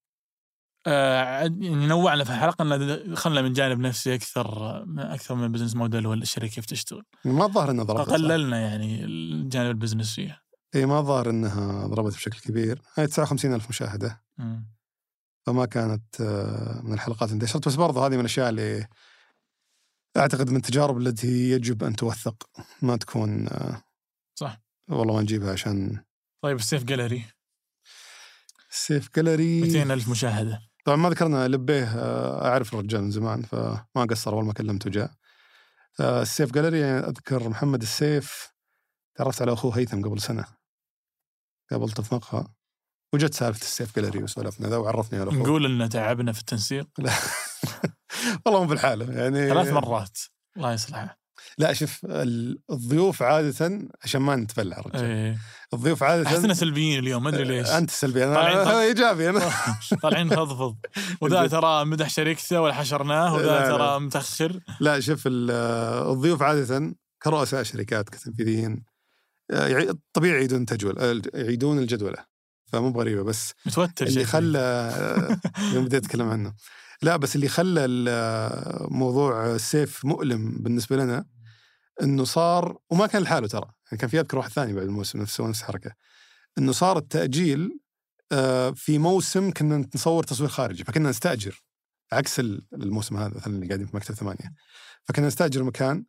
B: آه عاد- يعني نوعنا في الحلقه ان دخلنا من جانب نفسي اكثر آه، اكثر من البزنس موديل ولا الشركه كيف تشتغل
A: يعني ما الظاهر انها ضربت
B: فقللنا يعني الجانب البزنس فيها
A: اي ما الظاهر انها ضربت بشكل كبير هي 59 الف مشاهده
B: مم.
A: فما كانت آه، من الحلقات اللي انتشرت بس برضه هذه من الاشياء اللي اعتقد من التجارب التي يجب ان توثق ما تكون آه،
B: صح.
A: والله ما نجيبها عشان
B: طيب السيف جاليري
A: سيف جالري
B: 200 ألف مشاهده
A: طبعا ما ذكرنا لبيه آه، اعرف الرجال من زمان فما قصر اول ما كلمته جاء آه، السيف جالري يعني اذكر محمد السيف تعرفت على اخوه هيثم قبل سنه قابلته في مقهى وجت سالفه السيف جالري وسولفنا ذا وعرفني على اخوه
B: نقول ان تعبنا في التنسيق
A: والله مو بالحاله يعني
B: ثلاث مرات الله يصلحه
A: لا شوف ال- الضيوف عاده عشان ما نتبلع رجال
B: إيه.
A: الضيوف عاده
B: احسنا سلبيين اليوم ما ادري ليش
A: انت سلبي
B: طالعين
A: انا
B: طالع-
A: ايجابي انا
B: طالعين فضفض وذا ترى مدح شركته ولا حشرناه
A: لا،
B: وذا
A: لا.
B: ترى متاخر
A: لا شوف ال- الضيوف عادة كرؤساء شركات كتنفيذيين آه، يع- طبيعي يعيدون تجول آه، يعيدون الجدولة فمو بغريبه بس
B: متوتر
A: اللي
B: شكلي.
A: خلى آه، يوم بديت اتكلم عنه لا بس اللي خلى ال- آه، موضوع السيف مؤلم بالنسبه لنا انه صار وما كان لحاله ترى يعني كان في اذكر واحد ثاني بعد الموسم نفسه نفس الحركه انه صار التاجيل آه، في موسم كنا نصور تصوير خارجي فكنا نستاجر عكس ال- الموسم هذا مثلا اللي قاعدين في مكتب ثمانيه فكنا نستاجر مكان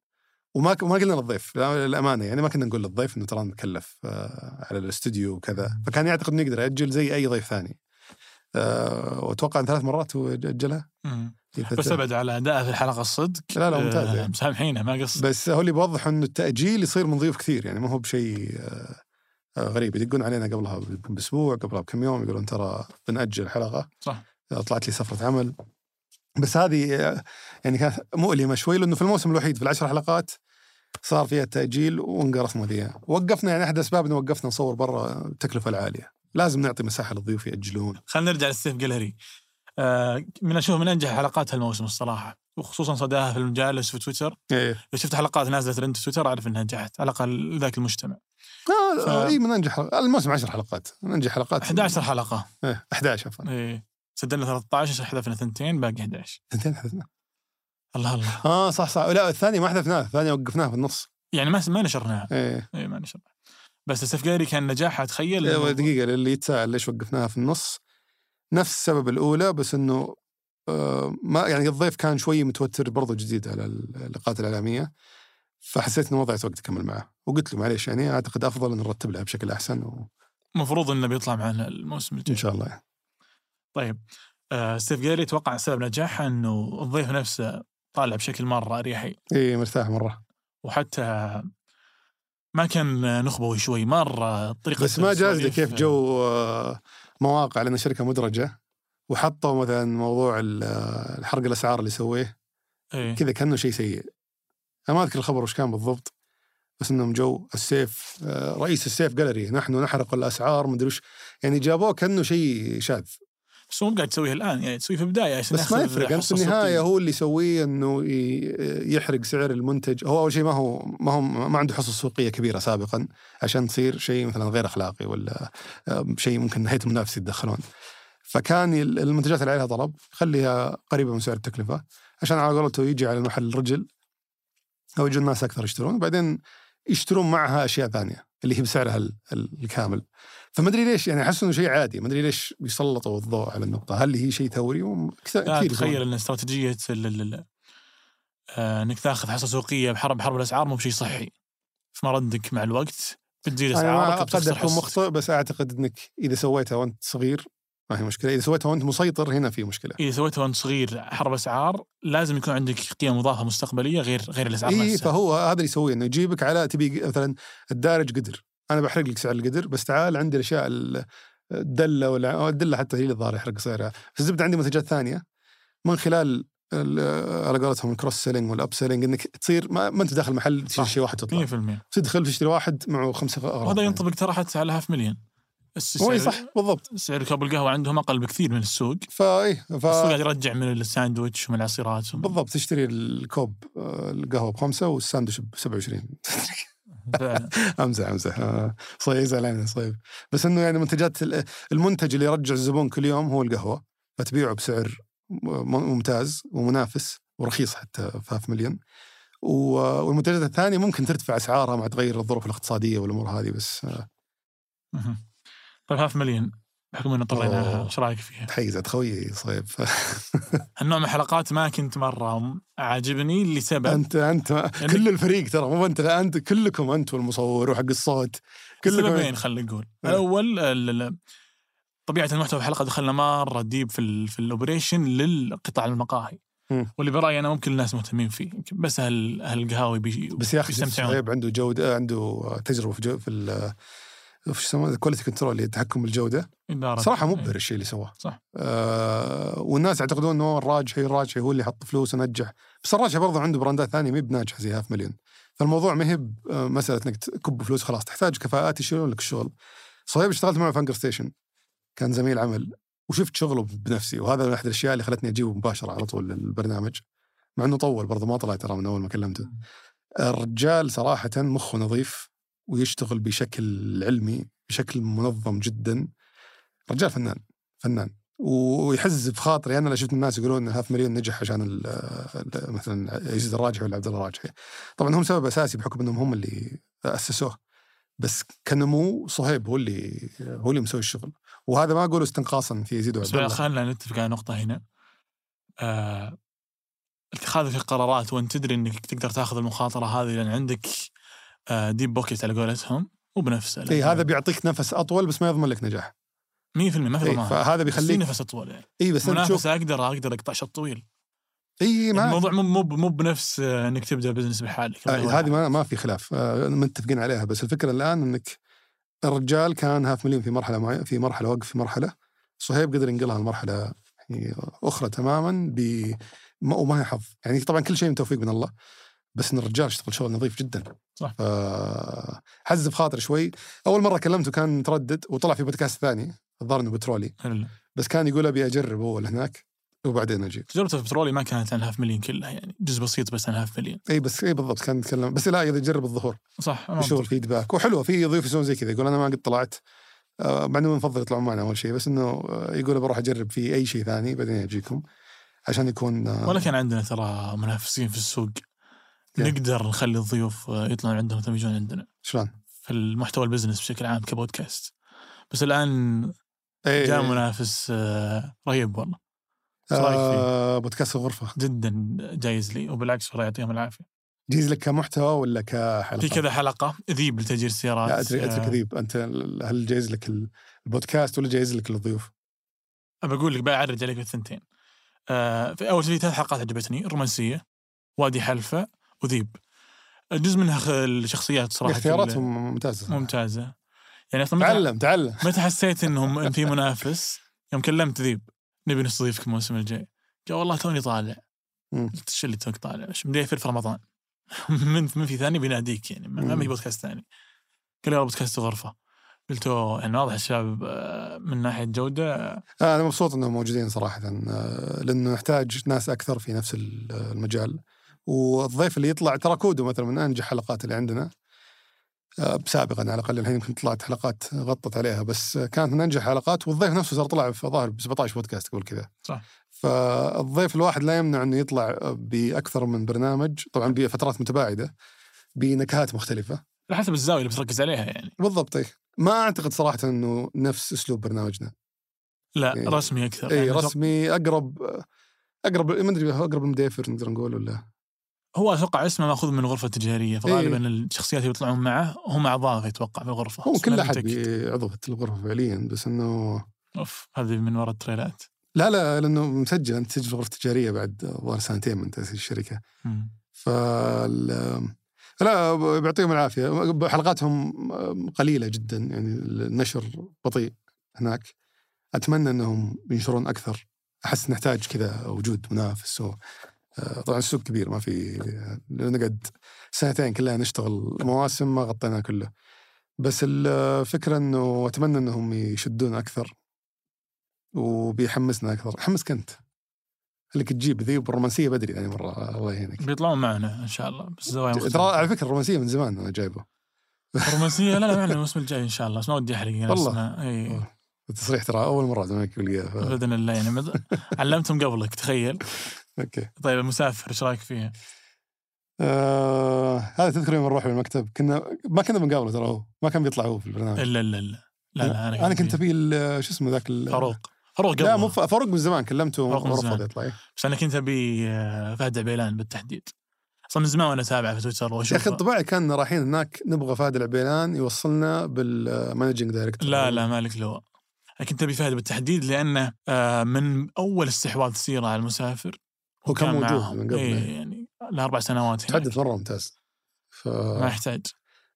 A: وما ك- وما قلنا للضيف لا- للامانه يعني ما كنا نقول للضيف انه ترى مكلف آه، على الاستوديو وكذا فكان يعتقد انه يقدر ياجل زي اي ضيف ثاني آه، واتوقع ان ثلاث مرات هو اجلها
B: مم. بس ابعد على ادائه في الحلقه الصدق
A: لا، لا، ممتاز
B: آه،
A: يعني.
B: مسامحينه ما قص
A: بس هو اللي بوضح انه التاجيل يصير من ضيوف كثير يعني ما هو بشيء آه، آه، غريب يدقون علينا قبلها باسبوع قبلها بكم يوم يقولون ترى بنأجل حلقه
B: صح.
A: آه، طلعت لي سفره عمل بس هذه آه، يعني كانت مؤلمه شوي لانه في الموسم الوحيد في العشر حلقات صار فيها التاجيل وانقرفنا فيها وقفنا يعني احد اسباب انه وقفنا نصور برا التكلفه العاليه لازم نعطي مساحه للضيوف ياجلون
B: خلينا نرجع للسيف جلهري آه، من اشوف من انجح حلقات هالموسم الصراحه وخصوصا صداها في المجالس في تويتر
A: ايه
B: لو شفت حلقات نازله ترند في تويتر اعرف انها نجحت على الاقل ذاك المجتمع
A: آه
B: ف-
A: آه، اي من انجح الموسم 10 حلقات من انجح حلقات
B: 11 حلقه
A: إيه، 11 عفوا
B: إيه. سجلنا 13 حذفنا ثنتين باقي 11
A: اثنتين حذفنا
B: الله الله
A: اه صح صح لا الثاني ما حذفناه الثاني وقفناه في النص
B: يعني ما ما نشرناها
A: ايه
B: اي ما نشرناها بس السيف جلهري كان نجاحها تخيل
A: إيه، دقيقه للي يتساءل ليش وقفناها في النص نفس السبب الاولى بس انه آه، ما يعني الضيف كان شوي متوتر برضه جديد على اللقاءات الاعلاميه فحسيت انه ما ضيعت وقت اكمل معه وقلت له معليش يعني اعتقد افضل ان نرتب لها بشكل احسن وان
B: المفروض انه بيطلع معنا الموسم الجاي
A: شاء الله يعني.
B: طيب آه ستيف جيري اتوقع سبب نجاحها انه الضيف نفسه طالع بشكل مره ريحي
A: ايه مرتاح مره
B: وحتى ما كان نخبوي شوي مره طريقه
A: بس ما جاز لي
B: السواليف-
A: كيف جو آه، مواقع لان شركه مدرجه وحطوا مثلا موضوع ال- آه، الحرق الاسعار اللي سويه
B: إيه.
A: كذا كانه شيء سيء انا ما اذكر الخبر وش كان بالضبط بس انهم جو السيف آه، رئيس السيف جاليري نحن نحرق الاسعار مدري وش يعني جابوه كانه شيء شاذ
B: بس هو مو قاعد تسويه الان يعني تسويه في البدايه عشان
A: بس ما
B: ياخذ
A: يفرق انت في
B: حصة
A: النهايه
B: صوتية.
A: هو اللي يسويه انه ي- يحرق سعر المنتج هو اول شيء ما هو ما هو ما عنده حصه سوقيه كبيره سابقا عشان تصير شيء مثلا غير اخلاقي ولا آه، شيء ممكن نهايه المنافس يتدخلون فكان ال- المنتجات اللي عليها طلب خليها قريبه من سعر التكلفه عشان على قولته يجي على محل الرجل او يجوا الناس اكثر يشترون بعدين يشترون معها اشياء ثانيه اللي هي بسعرها ال- ال- الكامل فما ادري ليش يعني احس انه شيء عادي ما ادري ليش بيسلطوا الضوء على النقطه هل هي شيء ثوري وم- كثير
B: لا
A: كثير
B: تخيل ان استراتيجيه ال- ال- ال- آه، انك تاخذ حصه سوقيه بحرب حرب الاسعار مو بشيء صحي فما ردك مع الوقت بتزيد
A: انا ما
B: اسعارك
A: قد
B: وبتخسر
A: اكون
B: حصتك.
A: مخطئ بس اعتقد انك اذا سويتها وانت صغير ما هي مشكله اذا سويتها وانت مسيطر هنا في مشكله
B: اذا سويته وانت صغير حرب اسعار لازم يكون عندك قيم مضافه مستقبليه غير غير الاسعار
A: اي
B: نفسها
A: إيه، فهو هذا اللي يسويه انه يجيبك على تبي مثلا الدارج قدر انا بحرق لك سعر القدر بس تعال عندي الاشياء ال- الدله ولا أو الدله حتى هي اللي الظاهر يحرق سعرها بس الزبده عندي منتجات ثانيه من خلال ال- على قولتهم الكروس سيلينج والاب سيلينج انك تصير ما, ما انت داخل محل تشتري
B: صح. إيه.
A: شيء واحد تطلع
B: 100%
A: تدخل تشتري واحد معه خمسه اغراض
B: وهذا ينطبق ترى حتى على هاف مليون الس-
A: هو إي
B: سعر-
A: صح بالضبط
B: سعر كوب القهوه عندهم اقل بكثير من السوق
A: فاي
B: السوق
A: ف...
B: قاعد يرجع من الساندويتش ومن العصيرات ومن-
A: بالضبط تشتري الكوب آه، القهوه بخمسه والساندويش ب 27
B: فعلا.
A: امزح امزح آه، صيب زعلان صيب بس انه يعني منتجات ال- المنتج اللي يرجع الزبون كل يوم هو القهوه فتبيعه بسعر م- ممتاز ومنافس ورخيص حتى في هاف مليون و- والمنتجات الثانيه ممكن ترتفع اسعارها مع تغير الظروف الاقتصاديه والامور هذه بس آه،
B: مهم. طيب هاف مليون بحكم انه طلعناها
A: أوه.
B: ايش رايك فيها؟
A: تحيزت خويي صيب
B: هالنوع من الحلقات ما كنت مره عاجبني لسبب
A: انت انت كل الفريق ترى مو انت لا، انت كلكم انت والمصور وحق الصوت كلكم
B: سببين خلينا نقول
A: إيه.
B: الاول ال- ال- طبيعه المحتوى في الحلقه دخلنا مره ديب في ال في الاوبريشن للقطاع المقاهي
A: مم.
B: واللي برايي انا ممكن الناس مهتمين فيه يمكن بس اهل اهل القهاوي بي
A: بس يا طيب. اخي شوف
B: بيستمتعون.
A: صهيب عنده جوده عنده تجربه في جو في ال في يسمونه كواليتي كنترول اللي تحكم بالجوده
B: اداره
A: صراحه مبهر الشيء اللي سواه
B: إيه. صح.
A: آه والناس يعتقدون انه الراجحي الراجحي هو اللي حط فلوس ونجح بس الراجحي برضه عنده براندات ثانيه ما هي بناجحه زي هاف مليون فالموضوع ما هي ب- آه، مساله انك تكب فلوس خلاص تحتاج كفاءات يشيلون لك الشغل صهيب اشتغلت معه في انكر ستيشن كان زميل عمل وشفت شغله بنفسي وهذا من احد الاشياء اللي خلتني اجيبه مباشره على طول للبرنامج مع انه طول برضه ما طلع ترى من اول ما كلمته الرجال صراحة مخه نظيف ويشتغل بشكل علمي بشكل منظم جدا رجال فنان فنان ويحز بخاطري انا لو شفت الناس يقولون هاف مليون نجح عشان ال ال مثلا يزيد الراجحي ولا عبد الله الراجحي طبعا هم سبب اساسي بحكم انهم هم اللي اسسوه بس كنمو صهيب هو اللي هو اللي مسوي الشغل وهذا ما اقوله استنقاصا في يزيد وعبد
B: بس بقى
A: الله
B: خلينا نتفق على نقطة هنا آه اتخاذك القرارات وانت تدري انك تقدر تاخذ المخاطرة هذه لان عندك آه ديب بوكيت على قولتهم وبنفسه
A: اي إيه، هذا بيعطيك نفس اطول بس ما يضمن لك نجاح
B: 100% ما في
A: إيه
B: ضمان
A: فهذا
B: بس في
A: بيخليك
B: نفس اطول يعني
A: اي بس انت تشوف
B: منافسة اقدر اقدر اقطع شوط طويل
A: اي
B: يعني
A: ما
B: الموضوع مو مو مو بنفس آه، انك تبدا بزنس بحالك
A: آه، هذه ما ما في خلاف آه، متفقين عليها بس الفكره الان انك الرجال كان هاف مليون في مرحله معينه في مرحله وقف في مرحله صهيب قدر ينقلها لمرحله يعني اخرى تماما ب ما- وما هي حظ يعني طبعا كل شيء من توفيق من الله بس ان الرجال اشتغل شغل نظيف جدا
B: صح.
A: ف- حز بخاطر شوي اول مره كلمته كان متردد وطلع في بودكاست ثاني الظاهر انه بترولي
B: هل-
A: بس كان يقول ابي اجرب اول هناك وبعدين اجي
B: تجربته في بترولي ما كانت عن هاف مليون كلها يعني جزء بسيط بس عن هاف مليون
A: اي بس اي بالضبط كان يتكلم بس لا اذا يجرب الظهور
B: صح
A: يشوف الفيدباك وحلوه في ضيوف يسوون زي كذا يقول انا ما قد طلعت آه، مع انه نفضل يطلعون معنا اول شيء بس انه آه، يقول بروح اجرب في اي شيء ثاني بعدين اجيكم عشان يكون آه،
B: ولا كان عندنا ترى منافسين في السوق
A: يعني.
B: نقدر نخلي الضيوف آه، يطلعون عندهم ثم يجون عندنا
A: شلون
B: في المحتوى البزنس بشكل عام كبودكاست بس الان
A: إيه،
B: جاء منافس آه، رهيب والله إيش رأيك فيه؟
A: آه بودكاست الغرفه
B: جدا جايز لي وبالعكس الله يعطيهم العافيه
A: جيز لك كمحتوى ولا كحلقه؟
B: في كذا حلقه ذيب لتاجير السيارات
A: لا ادري ادري
B: آه،
A: كذيب انت ال- هل جايز لك ال- البودكاست ولا جايز لك الضيوف؟
B: أبى اقول لك بعرج عليك بالثنتين آه، في اول شيء ثلاث حلقات عجبتني الرومانسيه وادي حلفه وذيب جزء منها خ- الشخصيات صراحه
A: اختياراتهم ممتازه
B: ممتازه يعني اصلا متى-
A: تعلم تعلم
B: متى حسيت انهم ان في منافس يوم كلمت ذيب نبي نستضيفك الموسم الجاي قال والله توني طالع
A: مم.
B: قلت ايش اللي توك طالع ايش مديفر في رمضان من من في ثاني بيناديك يعني ما
A: مم.
B: ما في بودكاست ثاني قال لي والله بودكاست غرفه قلت له يعني واضح الشباب آه، من ناحيه جوده
A: آه، أنا مبسوط أنهم موجودين صراحة آه، لأنه نحتاج ناس أكثر في نفس ال- آه، المجال والضيف اللي يطلع ترى كودو مثلا من أنجح الحلقات اللي عندنا آه، سابقا على الأقل الحين يمكن طلعت حلقات غطت عليها بس آه، كانت من أنجح الحلقات والضيف نفسه صار طلع في ظاهر ب 17 بودكاست قبل كذا
B: صح.
A: فالضيف الواحد لا يمنع أنه يطلع بأكثر من برنامج طبعا بفترات متباعدة بنكهات مختلفة
B: على حسب الزاويه اللي بتركز عليها يعني
A: بالضبط إيه. ما أعتقد صراحة أنه نفس أسلوب برنامجنا
B: لا
A: إيه.
B: رسمي اكثر
A: اي
B: يعني أتوقع-
A: رسمي اقرب اقرب ما ادري اقرب المديفر نقدر نقول ولا
B: هو اتوقع اسمه ماخوذ من الغرفه التجاريه فغالبا الشخصيات اللي يطلعون معه هم اعضاء يتوقع في الغرفه
A: إيه. هو
B: بس
A: كل
B: ماني
A: احد
B: متأكد.
A: بي- عضو في الغرفه فعليا بس انه
B: اوف هذه من وراء التريلات
A: لا لا لانه مسجل انت تسجل في غرفه تجاريه بعد الظاهر سنتين من تاسيس الشركه
B: مم.
A: ف لا ب- بيعطيهم العافيه ب- حلقاتهم قليله جدا يعني النشر بطيء هناك اتمنى انهم ينشرون اكثر احس نحتاج كذا وجود منافس و... آه، طبعا السوق كبير ما في نقعد سنتين كلها نشتغل مواسم ما غطيناها كله بس الفكره انه اتمنى انهم يشدون اكثر وبيحمسنا اكثر حمسك انت خليك تجيب ذي بالرومانسيه بدري يعني مره الله يعينك
B: بيطلعون معنا ان شاء الله بس زوايا
A: ترى
B: مختلفه
A: على فكره الرومانسيه من زمان انا جايبه
B: رومانسيه لا لا معنا الموسم الجاي ان شاء الله بس ما ودي احرق يعني
A: والله.
B: اسمها. اي
A: التصريح ترى اول مره زمان يقول لي إياه، ف-
B: باذن الله يعني مد- علمتهم قبلك تخيل
A: اوكي
B: طيب المسافر ايش رايك فيها؟
A: آه هذا تذكر يوم نروح المكتب كنا ما كنا بنقابله ترى هو ما كان بيطلع هو في البرنامج
B: الا الا الا لا لا انا
A: انا كنت
B: فيه.
A: ابي ال- شو اسمه ذاك ال-
B: فاروق فاروق قبله
A: لا مو ف- فاروق من زمان كلمته
B: فاروق من زمان.
A: ورفض يطلع يا
B: بس انا كنت ابي آه، فهد عبيلان بالتحديد اصلا من زمان وانا اتابعه في تويتر
A: اخي
B: واشوفه
A: انطباعي كان رايحين هناك نبغى فهد العبيلان يوصلنا بالمانجنج دايركتور
B: لا لا مالك لواء انا كنت ابي فهد بالتحديد لانه آه، من اول استحواذ سيره على المسافر
A: هو كان موجود
B: معاهم.
A: من قبل.
B: إيه يعني له اربع سنوات هناك.
A: تحدث مره ممتاز
B: ما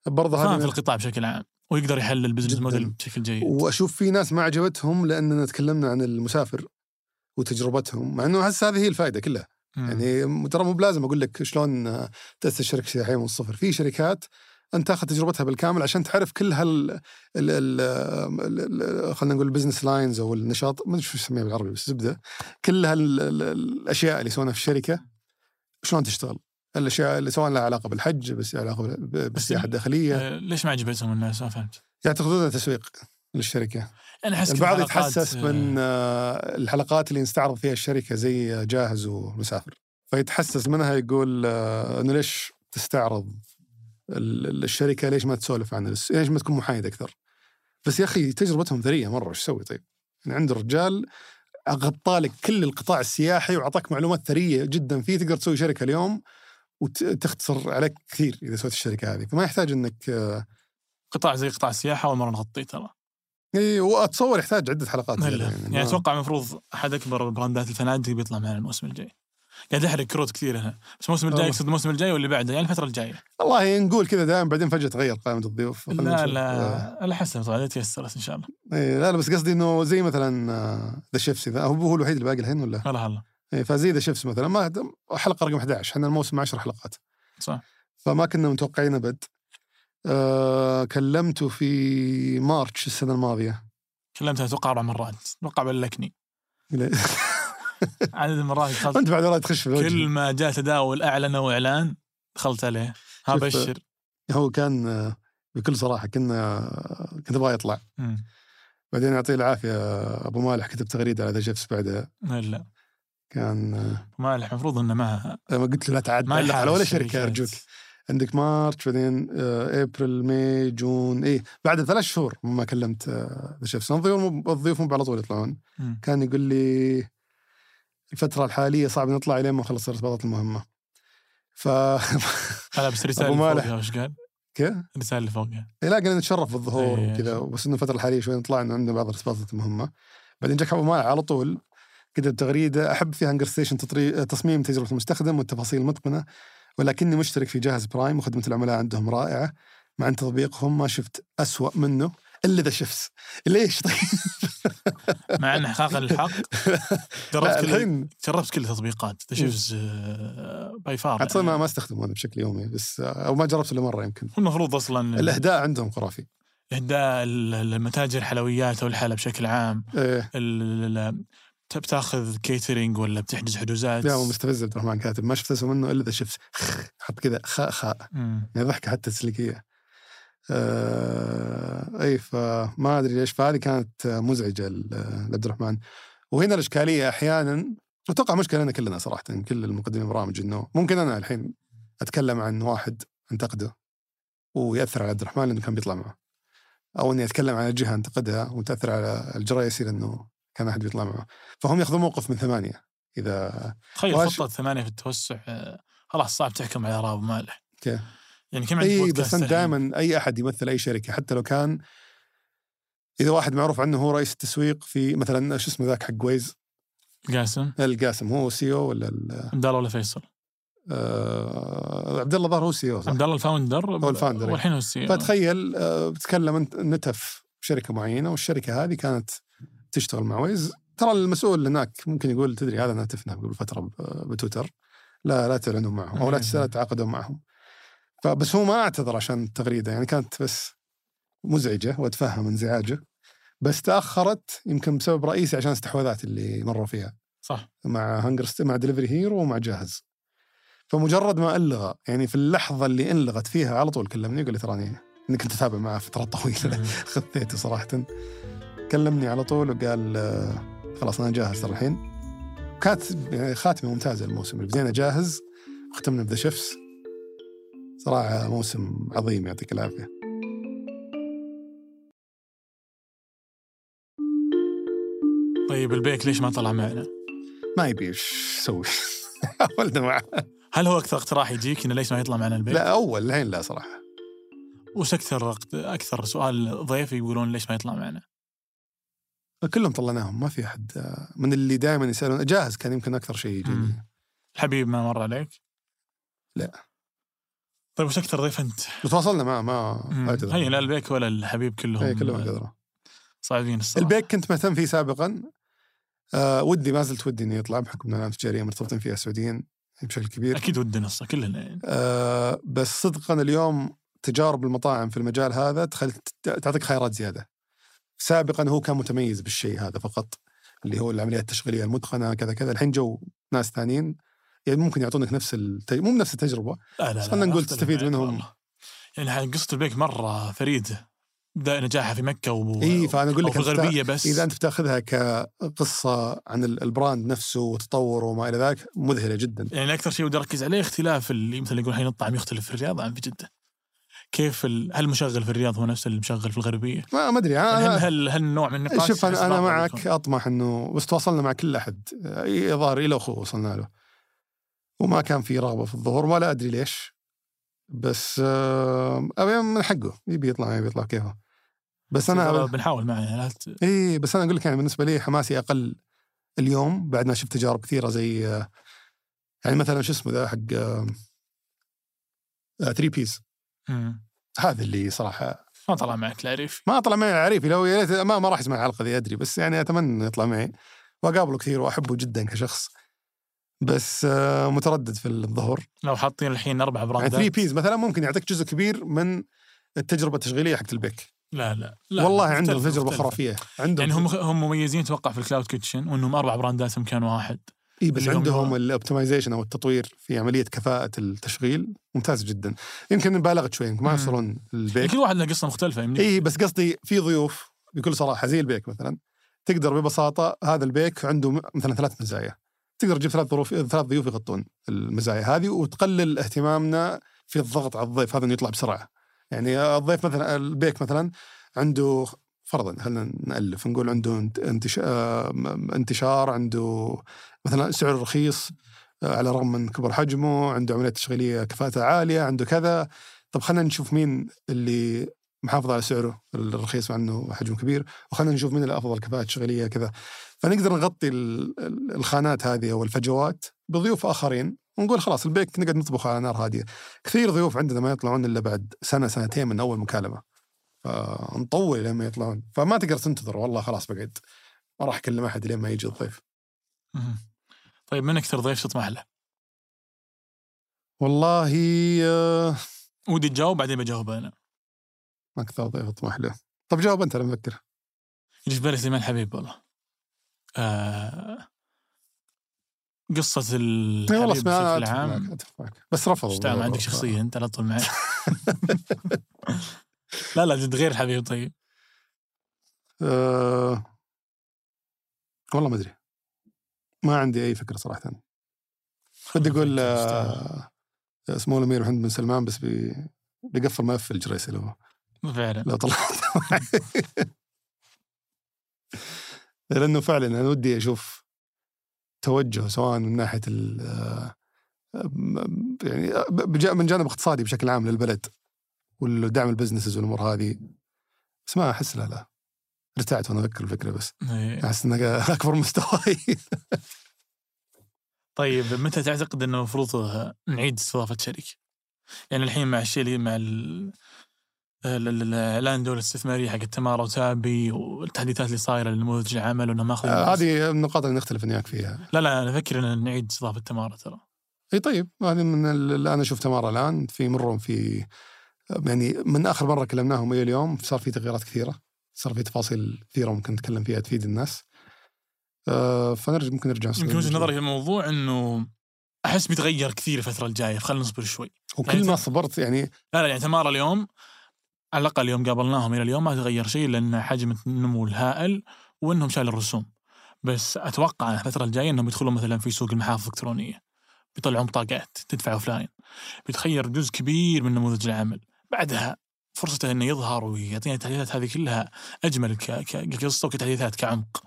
A: فبرضه هذه
B: يحتاج فاهم نعم. في
A: من-
B: القطاع بشكل عام ويقدر يحلل البزنس
A: جداً.
B: موديل بشكل جيد
A: واشوف في ناس ما عجبتهم لاننا تكلمنا عن المسافر وتجربتهم مع انه احس هذه هي الفائده كلها
B: مم.
A: يعني ترى مو بلازم اقول لك شلون آه، تاسس شركه سياحيه من الصفر في شركات انت تاخذ تجربتها بالكامل عشان تعرف كل هال ال- ال- ال- ال- خلينا نقول البزنس لاينز او النشاط ما ادري شو يسميها بالعربي بس زبده كل هال- ال- ال- الاشياء اللي يسوونها في الشركه شلون تشتغل الاشياء اللي سواء لها علاقه بالحج بس لها علاقه بال- بالسياحه الداخليه
B: آه، ليش ما عجبتهم الناس ما فهمت
A: يعتقدون انها يعني تسويق للشركه
B: انا احس كل
A: البعض
B: الحلقات-
A: يعني يتحسس من آه، الحلقات اللي نستعرض فيها الشركه زي جاهز ومسافر فيتحسس منها يقول آه، انه ليش تستعرض ال- ال- الشركه ليش ما تسولف عن الس- ليش ما تكون محايد اكثر بس يا اخي تجربتهم ثريه مره ايش تسوي طيب؟ يعني عند الرجال غطى لك كل القطاع السياحي واعطاك معلومات ثريه جدا فيه تقدر تسوي شركه اليوم وتختصر عليك كثير اذا سويت الشركه هذه فما يحتاج انك آه،
B: قطاع زي قطاع السياحه اول مره نغطيه ترى
A: إيه، واتصور يحتاج عده حلقات
B: هلا.
A: زيادة
B: يعني
A: ما-
B: اتوقع المفروض احد اكبر براندات الفنادق بيطلع معنا الموسم الجاي قاعد احرق كروت كثير انا بس الموسم الجاي
A: والله.
B: اقصد الموسم الجاي واللي بعده يعني الفتره الجايه
A: والله نقول كذا دائما بعدين فجاه تغير قائمه الضيوف خلنا
B: لا
A: نشوف. آه،
B: لا على حسب طبعا إذا تيسرت ان شاء الله
A: إيه لا لا بس قصدي انه زي مثلا آه، ذا شيفس اذا هو هو الوحيد اللي باقي الحين ولا
B: هلا هلا
A: إيه فزي ذا شيفس مثلا ما حلقه رقم 11 احنا الموسم 10 حلقات
B: صح
A: فما كنا متوقعين ابد أه كلمته في مارتش السنه الماضيه
B: كلمتها اتوقع اربع مرات اتوقع بلكني عدد المرات دخلت
A: انت بعد والله تخش في
B: كل
A: وجهي.
B: ما جاء تداول اعلن واعلان دخلت عليه ها
A: شوف-
B: بشر
A: هو كان آه، بكل صراحه كنا آه، كنت ابغاه يطلع
B: مم.
A: بعدين يعطيه العافيه آه، ابو مالح كتب تغريده على ذا شيفس بعدها
B: لا
A: كان آه،
B: مالح المفروض انه ما
A: لما قلت له لا تعاد
B: ما
A: لا
B: يحارب
A: على ولا
B: الشركات.
A: شركه ارجوك عندك مارتش بعدين آه، ابريل ماي جون ايه بعد ثلاث شهور ما كلمت آه، ذا شيفس الضيوف مو- الضيوف مو على طول يطلعون
B: مم.
A: كان يقول لي الفتره الحاليه صعب نطلع الين ما نخلص الارتباطات المهمه ف
B: لا بس الرساله
A: أبو
B: اللي
A: مالح.
B: فوقها وش قال؟
A: كيف؟
B: الرساله اللي فوقها
A: إيه، لا قلنا نتشرف بالظهور
B: إيه.
A: وكذا بس انه الفتره الحاليه شوي نطلع انه عندنا بعض الارتباطات المهمه بعدين جاك ابو مالح على طول كتب تغريده احب في هانجر ستيشن تطري... تصميم تجربه المستخدم والتفاصيل المتقنه ولكني مشترك في جهاز برايم وخدمه العملاء عندهم رائعه مع ان تطبيقهم ما شفت أسوأ منه الا اذا شفت ليش طيب؟
B: مع ان حقاقا للحق
A: لا،
B: جربت كل
A: الحين
B: جربت كل التطبيقات آه، تشيفز باي فار
A: اصلا ما ما استخدمه انا بشكل يومي بس او ما جربته الا مره يمكن
B: المفروض اصلا
A: الاهداء عندهم خرافي
B: اهداء المتاجر الحلويات او الحلا بشكل عام
A: ايه
B: ال- ال- ت- بتاخذ كيترينج ولا بتحجز حجوزات
A: لا هو مستفز عبد الرحمن كاتب ما شفت أسوأ منه الا اذا شفت حط كذا خاء خاء
B: مم.
A: يعني ضحكه حتى تسليكيه. آه اي فما ادري ليش فهذه كانت مزعجه ل- لعبد الرحمن وهنا الاشكاليه احيانا اتوقع مشكله لنا كلنا صراحه كل المقدمين برامج انه ممكن انا الحين اتكلم عن واحد انتقده وياثر على عبد الرحمن لانه كان بيطلع معه او اني اتكلم عن جهه انتقدها وتاثر على الجرايسي لانه كان احد بيطلع معه فهم ياخذون موقف من ثمانيه اذا
B: تخيل
A: واش-
B: خطه ثمانيه في التوسع آه، خلاص صعب تحكم على راب مالح
A: كيف؟
B: يعني كم عندك
A: اي
B: بودكاست
A: إيه، بس انت
B: الحين؟
A: دائما اي احد يمثل اي شركه حتى لو كان اذا واحد معروف عنه هو رئيس التسويق في مثلا شو اسمه ذاك حق ويز
B: قاسم
A: القاسم هو سي او ولا ال-
B: عبد الله ولا فيصل
A: آه عبد الله ظهر هو سي او
B: عبد الله الفاوندر
A: هو الفاوندر، إيه.
B: والحين هو السي
A: فتخيل آه، بتتكلم انت نتف شركه معينه والشركه هذه كانت تشتغل مع ويز ترى المسؤول هناك ممكن يقول تدري هذا نتفنا قبل فتره ب- آه، بتويتر لا لا تعلنوا معهم او لا تس- لا تعاقدوا معهم فبس هو ما اعتذر عشان التغريده يعني كانت بس مزعجه واتفهم انزعاجه بس تاخرت يمكن بسبب رئيسي عشان استحواذات اللي مروا فيها
B: صح
A: مع هانجر ست... مع دليفري هيرو ومع جاهز فمجرد ما الغى يعني في اللحظه اللي انلغت فيها على طول كلمني وقال لي تراني اني كنت اتابع معه فتره
B: نعم.
A: طويله خذيته صراحه كلمني على طول وقال آه، خلاص انا جاهز ترى الحين كانت يعني خاتمه ممتازه الموسم اللي بدينا جاهز وختمنا بذا شيفس صراحه موسم عظيم يعطيك العافيه
B: طيب البيك ليش ما طلع معنا؟
A: ما يبي ايش يسوي حاولنا معه
B: هل هو اكثر اقتراح يجيك انه ليش ما يطلع معنا البيك؟
A: لا اول الحين لا صراحه
B: وش اكثر اكثر سؤال ضيف يقولون ليش ما يطلع معنا؟
A: كلهم طلعناهم ما في احد آه، من اللي دائما يسالون جاهز كان يمكن اكثر شيء يجيني
B: مم. الحبيب ما مر عليك؟
A: لا.
B: طيب وش اكثر ضيف انت؟
A: وتواصلنا معه ما
B: مم.
A: اعتذر
B: هي لا البيك ولا الحبيب كلهم
A: اي كلهم اعتذروا
B: صعبين الصراحه
A: البيك كنت مهتم فيه سابقا آه ودي ما زلت ودي اني يطلع بحكم ان العالم التجاريه مرتبطين فيها سعوديين بشكل كبير
B: اكيد ودنا الصراحه كلنا يعني
A: آه بس صدقا اليوم تجارب المطاعم في المجال هذا تخلي تعطيك خيارات زياده سابقا هو كان متميز بالشيء هذا فقط اللي هو العمليات التشغيليه المتقنه كذا كذا الحين جو ناس ثانيين يعني ممكن يعطونك نفس التج... مو نفس التجربه
B: لا لا لا
A: خلنا نقول
B: أختلف
A: تستفيد
B: معك
A: منهم.
B: والله. يعني حق قصه البيك مره فريده بدا نجاحها في مكه وفي
A: اي فانا اقول إيه، لك
B: في
A: أنت-
B: الغربيه بس
A: اذا انت بتاخذها كقصه عن ال- البراند نفسه وتطوره وما الى ذاك مذهله جدا
B: يعني اكثر شيء بدي اركز عليه اختلاف اللي مثلا يقول الحين الطعم يختلف في الرياض عن في جده كيف ال... هل المشغل في الرياض هو نفس المشغل في الغربيه؟
A: ما ما ادري
B: يعني
A: انا
B: هل هل هل نوع من النقاش
A: شوف انا
B: أسباب
A: انا معك
B: رأيكم؟
A: اطمح انه بس تواصلنا مع كل احد آه، ظهر الى اخوه وصلنا له وما كان في رغبه في الظهور ولا ادري ليش بس آه، أبي من حقه يبي يطلع ما يبي يطلع كيفه بس انا
B: بنحاول معه يعني لا ت-
A: اي بس انا اقول لك يعني بالنسبه لي حماسي اقل اليوم بعد ما شفت تجارب كثيره زي آه، يعني مثلا شو اسمه ذا حق آه، 3 بيس
B: مم.
A: هذا اللي صراحه
B: ما طلع معك العريف
A: ما طلع معي العريفي لو يا ليت ما, ما راح يسمع الحلقه ذي ادري بس يعني اتمنى انه يطلع معي واقابله كثير واحبه جدا كشخص بس آه، متردد في الظهور
B: لو حاطين الحين اربع
A: يعني 3
B: براندات
A: بيز مثلا ممكن يعطيك جزء كبير من التجربه التشغيليه حقت البيك
B: لا لا, لا
A: والله
B: مختلفة-
A: عندهم تجربه
B: مختلفة.
A: خرافيه عندهم
B: يعني هم هم مميزين اتوقع في الكلاود كيتشن وانهم اربع براندات في مكان واحد
A: اي إيه، بس
B: اليوم
A: عندهم
B: هو-
A: الاوبتمايزيشن او التطوير في عمليه كفاءه التشغيل ممتاز جدا يمكن بالغت شوي يمكن ما
B: مم.
A: يوصلون البيك
B: كل واحد له قصه مختلفه يمديك
A: اي إيه، بس قصدي في ضيوف بكل صراحه زي البيك مثلا تقدر ببساطه هذا البيك عنده م- مثلا ثلاث مزايا تقدر تجيب ثلاث ظروف ثلاث ضيوف يغطون المزايا هذه وتقلل اهتمامنا في الضغط على الضيف هذا انه يطلع بسرعه يعني الضيف مثلا البيك مثلا عنده فرضا خلينا نالف نقول عنده انت- انتش... آه، م- انتشار عنده مثلا سعر رخيص آه، على الرغم من كبر حجمه عنده عمليات تشغيليه كفاءتها عاليه عنده كذا طب خلينا نشوف مين اللي محافظ على سعره الرخيص مع انه حجمه كبير وخلينا نشوف مين الافضل كفاءه تشغيليه كذا فنقدر نغطي ال- ال- الخانات هذه او الفجوات بضيوف اخرين ونقول خلاص البيك نقعد نطبخ على نار هاديه كثير ضيوف عندنا ما يطلعون الا بعد سنه سنتين من اول مكالمه فنطول لما يطلعون فما تقدر تنتظر والله خلاص بقعد ما راح اكلم احد لين ما يجي الضيف
B: مم. طيب من اكثر ضيف تطمح له؟
A: والله آه،
B: ودي تجاوب بعدين بجاوب انا
A: ما اكثر ضيف اطمح له طب جاوب انت لما افكر
B: يجي في بالي سليمان حبيب والله آه قصة
A: إي إيه، والله
B: الحبيب
A: اسمع،
B: بشكل
A: أنا أتفق معك،
B: عام
A: أتفق معك. بس رفضوا
B: ايش دعم عندك شخصية انت على طول معي لا لا جد غير الحبيب طيب
A: أه... والله ما ادري ما عندي اي فكره صراحه بدي اقول آه، سمو الامير محمد بن سلمان بس بي... بيقفل ملف الجريسي لو
B: فعلا
A: لو طلعت لانه فعلا انا ودي اشوف توجه سواء من ناحيه ال آه، م- يعني آه، بج- من جانب اقتصادي بشكل عام للبلد ودعم البزنسز والامور هذه بس ما احس لا لا ارتعت وانا افكر الفكره بس
B: إيه.
A: احس انك اكبر مستواي
B: طيب متى تعتقد انه المفروض آه، نعيد استضافة شركة؟ يعني الحين مع الشيء اللي مع ال- ال- ال- الاعلان الدولة الاستثمارية حق تمارا وتابي والتحديثات اللي صايرة لنموذج العمل وانه ماخذ
A: آه، هذه النقاط اللي نختلف انا وياك فيها
B: لا لا انا افكر ان نعيد استضافه تمارا ترى
A: اي طيب هذه من ال- اللي انا شفت تمارا الان في مرهم في يعني من اخر مره كلمناهم الى اليوم صار في تغييرات كثيره صار في تفاصيل كثيره ممكن نتكلم فيها تفيد الناس آه، فنرجع ممكن نرجع نسوي
B: يمكن وجهه
A: نرجع.
B: نظري في الموضوع انه احس بيتغير كثير الفتره الجايه فخلنا نصبر شوي
A: وكل ما صبرت يعني
B: لا لا يعني تمارا اليوم على الاقل يوم قابلناهم الى اليوم ما تغير شيء لان حجم النمو الهائل وانهم شالوا الرسوم بس اتوقع الفتره الجايه انهم يدخلون مثلا في سوق المحافظ الالكترونيه بيطلعون بطاقات تدفع اوفلاين بيتخير جزء كبير من نموذج العمل بعدها فرصته انه يظهر ويعطينا التحديثات هذه كلها اجمل ك- ك- كقصه وكتحديثات كعمق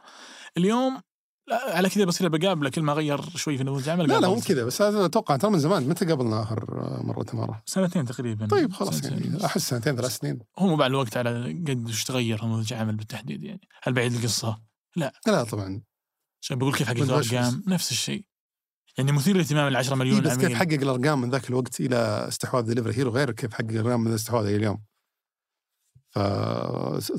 B: اليوم لا، على كذا بصير بقابله كل ما غير شوي في نموذج العمل
A: لا لا
B: قابلته.
A: مو كذا بس هذا اتوقع ترى من زمان متى قابلنا اخر مره تمارا
B: سنتين تقريبا
A: طيب خلاص
B: سنتين.
A: يعني احس سنتين ثلاث سنين
B: هو مو بعد الوقت على قد وش تغير نموذج العمل بالتحديد يعني هل بعيد القصه؟
A: لا طبعا
B: عشان بقول كيف حقق
A: من بشوس.
B: الارقام نفس الشيء يعني مثير للاهتمام ال 10
A: إيه
B: مليون
A: بس كيف
B: عميل
A: حقق الارقام من ذاك الوقت الى استحواذ دليفري هيرو غير كيف حقق الارقام من الاستحواذ الى اليوم. ف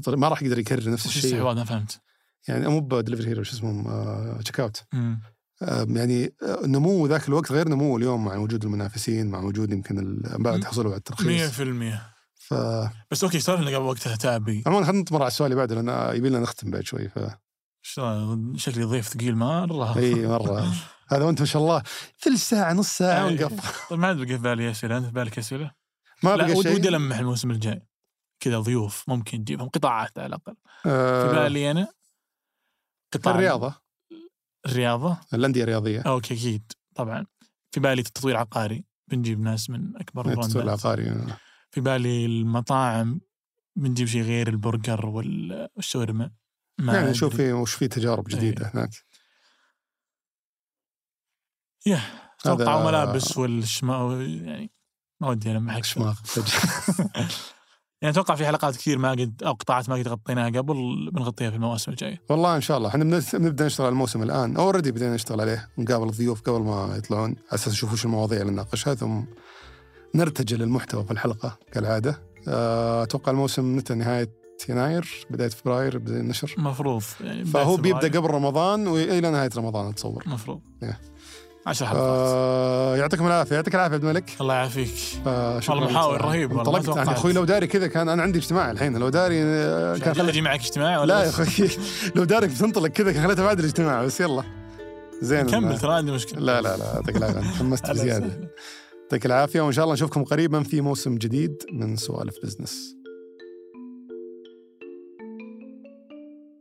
A: ما راح يقدر يكرر نفس
B: وش
A: الشيء
B: استحواذ ما فهمت
A: يعني مو بدليفري هيرو شو اسمهم آه، تشيك اوت
B: مم.
A: آه، يعني آه، نمو ذاك الوقت غير نمو اليوم مع وجود المنافسين مع وجود يمكن ال- بعد حصوله على
B: 100%
A: الترخيص ف
B: بس اوكي صار لنا قبل وقتها تابي
A: عموما خلينا نتمر على السؤال اللي بعده لان يبي لنا نختم بعد شوي ف
B: شلون شكلي ضيف ثقيل مره
A: اي مره هذا وانت ما شاء الله ثلث ساعه نص ساعه
B: أي.
A: ونقف
B: طيب ما عاد بقى في بالي اسئله انت في بالك اسئله؟
A: ما
B: لا
A: بقى
B: ود- ودي
A: شيء
B: المح الموسم الجاي كذا ضيوف ممكن تجيبهم قطاعات على الاقل في
A: آه
B: بالي انا قطاع
A: الرياضه
B: الرياضه
A: الانديه الرياضيه
B: اوكي اكيد طبعا في بالي تطوير عقاري بنجيب ناس من اكبر
A: التسويق
B: البراندات
A: العقاري
B: في بالي المطاعم بنجيب شيء غير البرجر وال- والشاورما ما
A: يعني
B: أدري.
A: نشوف في وش في تجارب
B: إيه.
A: جديده هناك
B: يه، اتوقع
A: هذا
B: ملابس والشما يعني ما ودي انا معك
A: شماغ
B: يعني اتوقع في حلقات كثير ما قد او قطاعات ما قد غطيناها قبل بنغطيها في المواسم الجايه
A: والله ان شاء الله احنا بنس- بنبدا نشتغل على الموسم الان اوريدي بدينا نشتغل عليه نقابل الضيوف قبل ما يطلعون على اساس نشوف وش المواضيع اللي نناقشها ثم نرتجل المحتوى في الحلقه كالعاده آه، اتوقع الموسم متى نهايه يناير بدايه فبراير بدأ النشر
B: المفروض يعني
A: فهو
B: بداية
A: بيبدا
B: فبراير.
A: قبل رمضان والى نهايه رمضان اتصور
B: المفروض
A: إيه.
B: عشر حلقات
A: آه، يعطيكم العافيه يعطيك العافيه عبد الملك
B: الله يعافيك
A: آه، شكراً
B: والله محاور
A: صراحة.
B: رهيب، والله ما
A: انطلقت يعني
B: توقعت.
A: اخوي لو داري كذا كان انا عندي اجتماع الحين لو داري آه، كان خلت
B: اجي معك اجتماع ولا
A: لا
B: بس؟
A: يا اخوي لو دارك بتنطلق كذا كان خليتها بعد الاجتماع بس يلا زين
B: كمل ترى عندي مشكله
A: لا لا لا يعطيك العافيه أنا تحمست
B: هلا
A: بزياده
B: وسهلا.
A: يعطيك العافيه وان شاء الله نشوفكم قريبا في موسم جديد من سوالف بزنس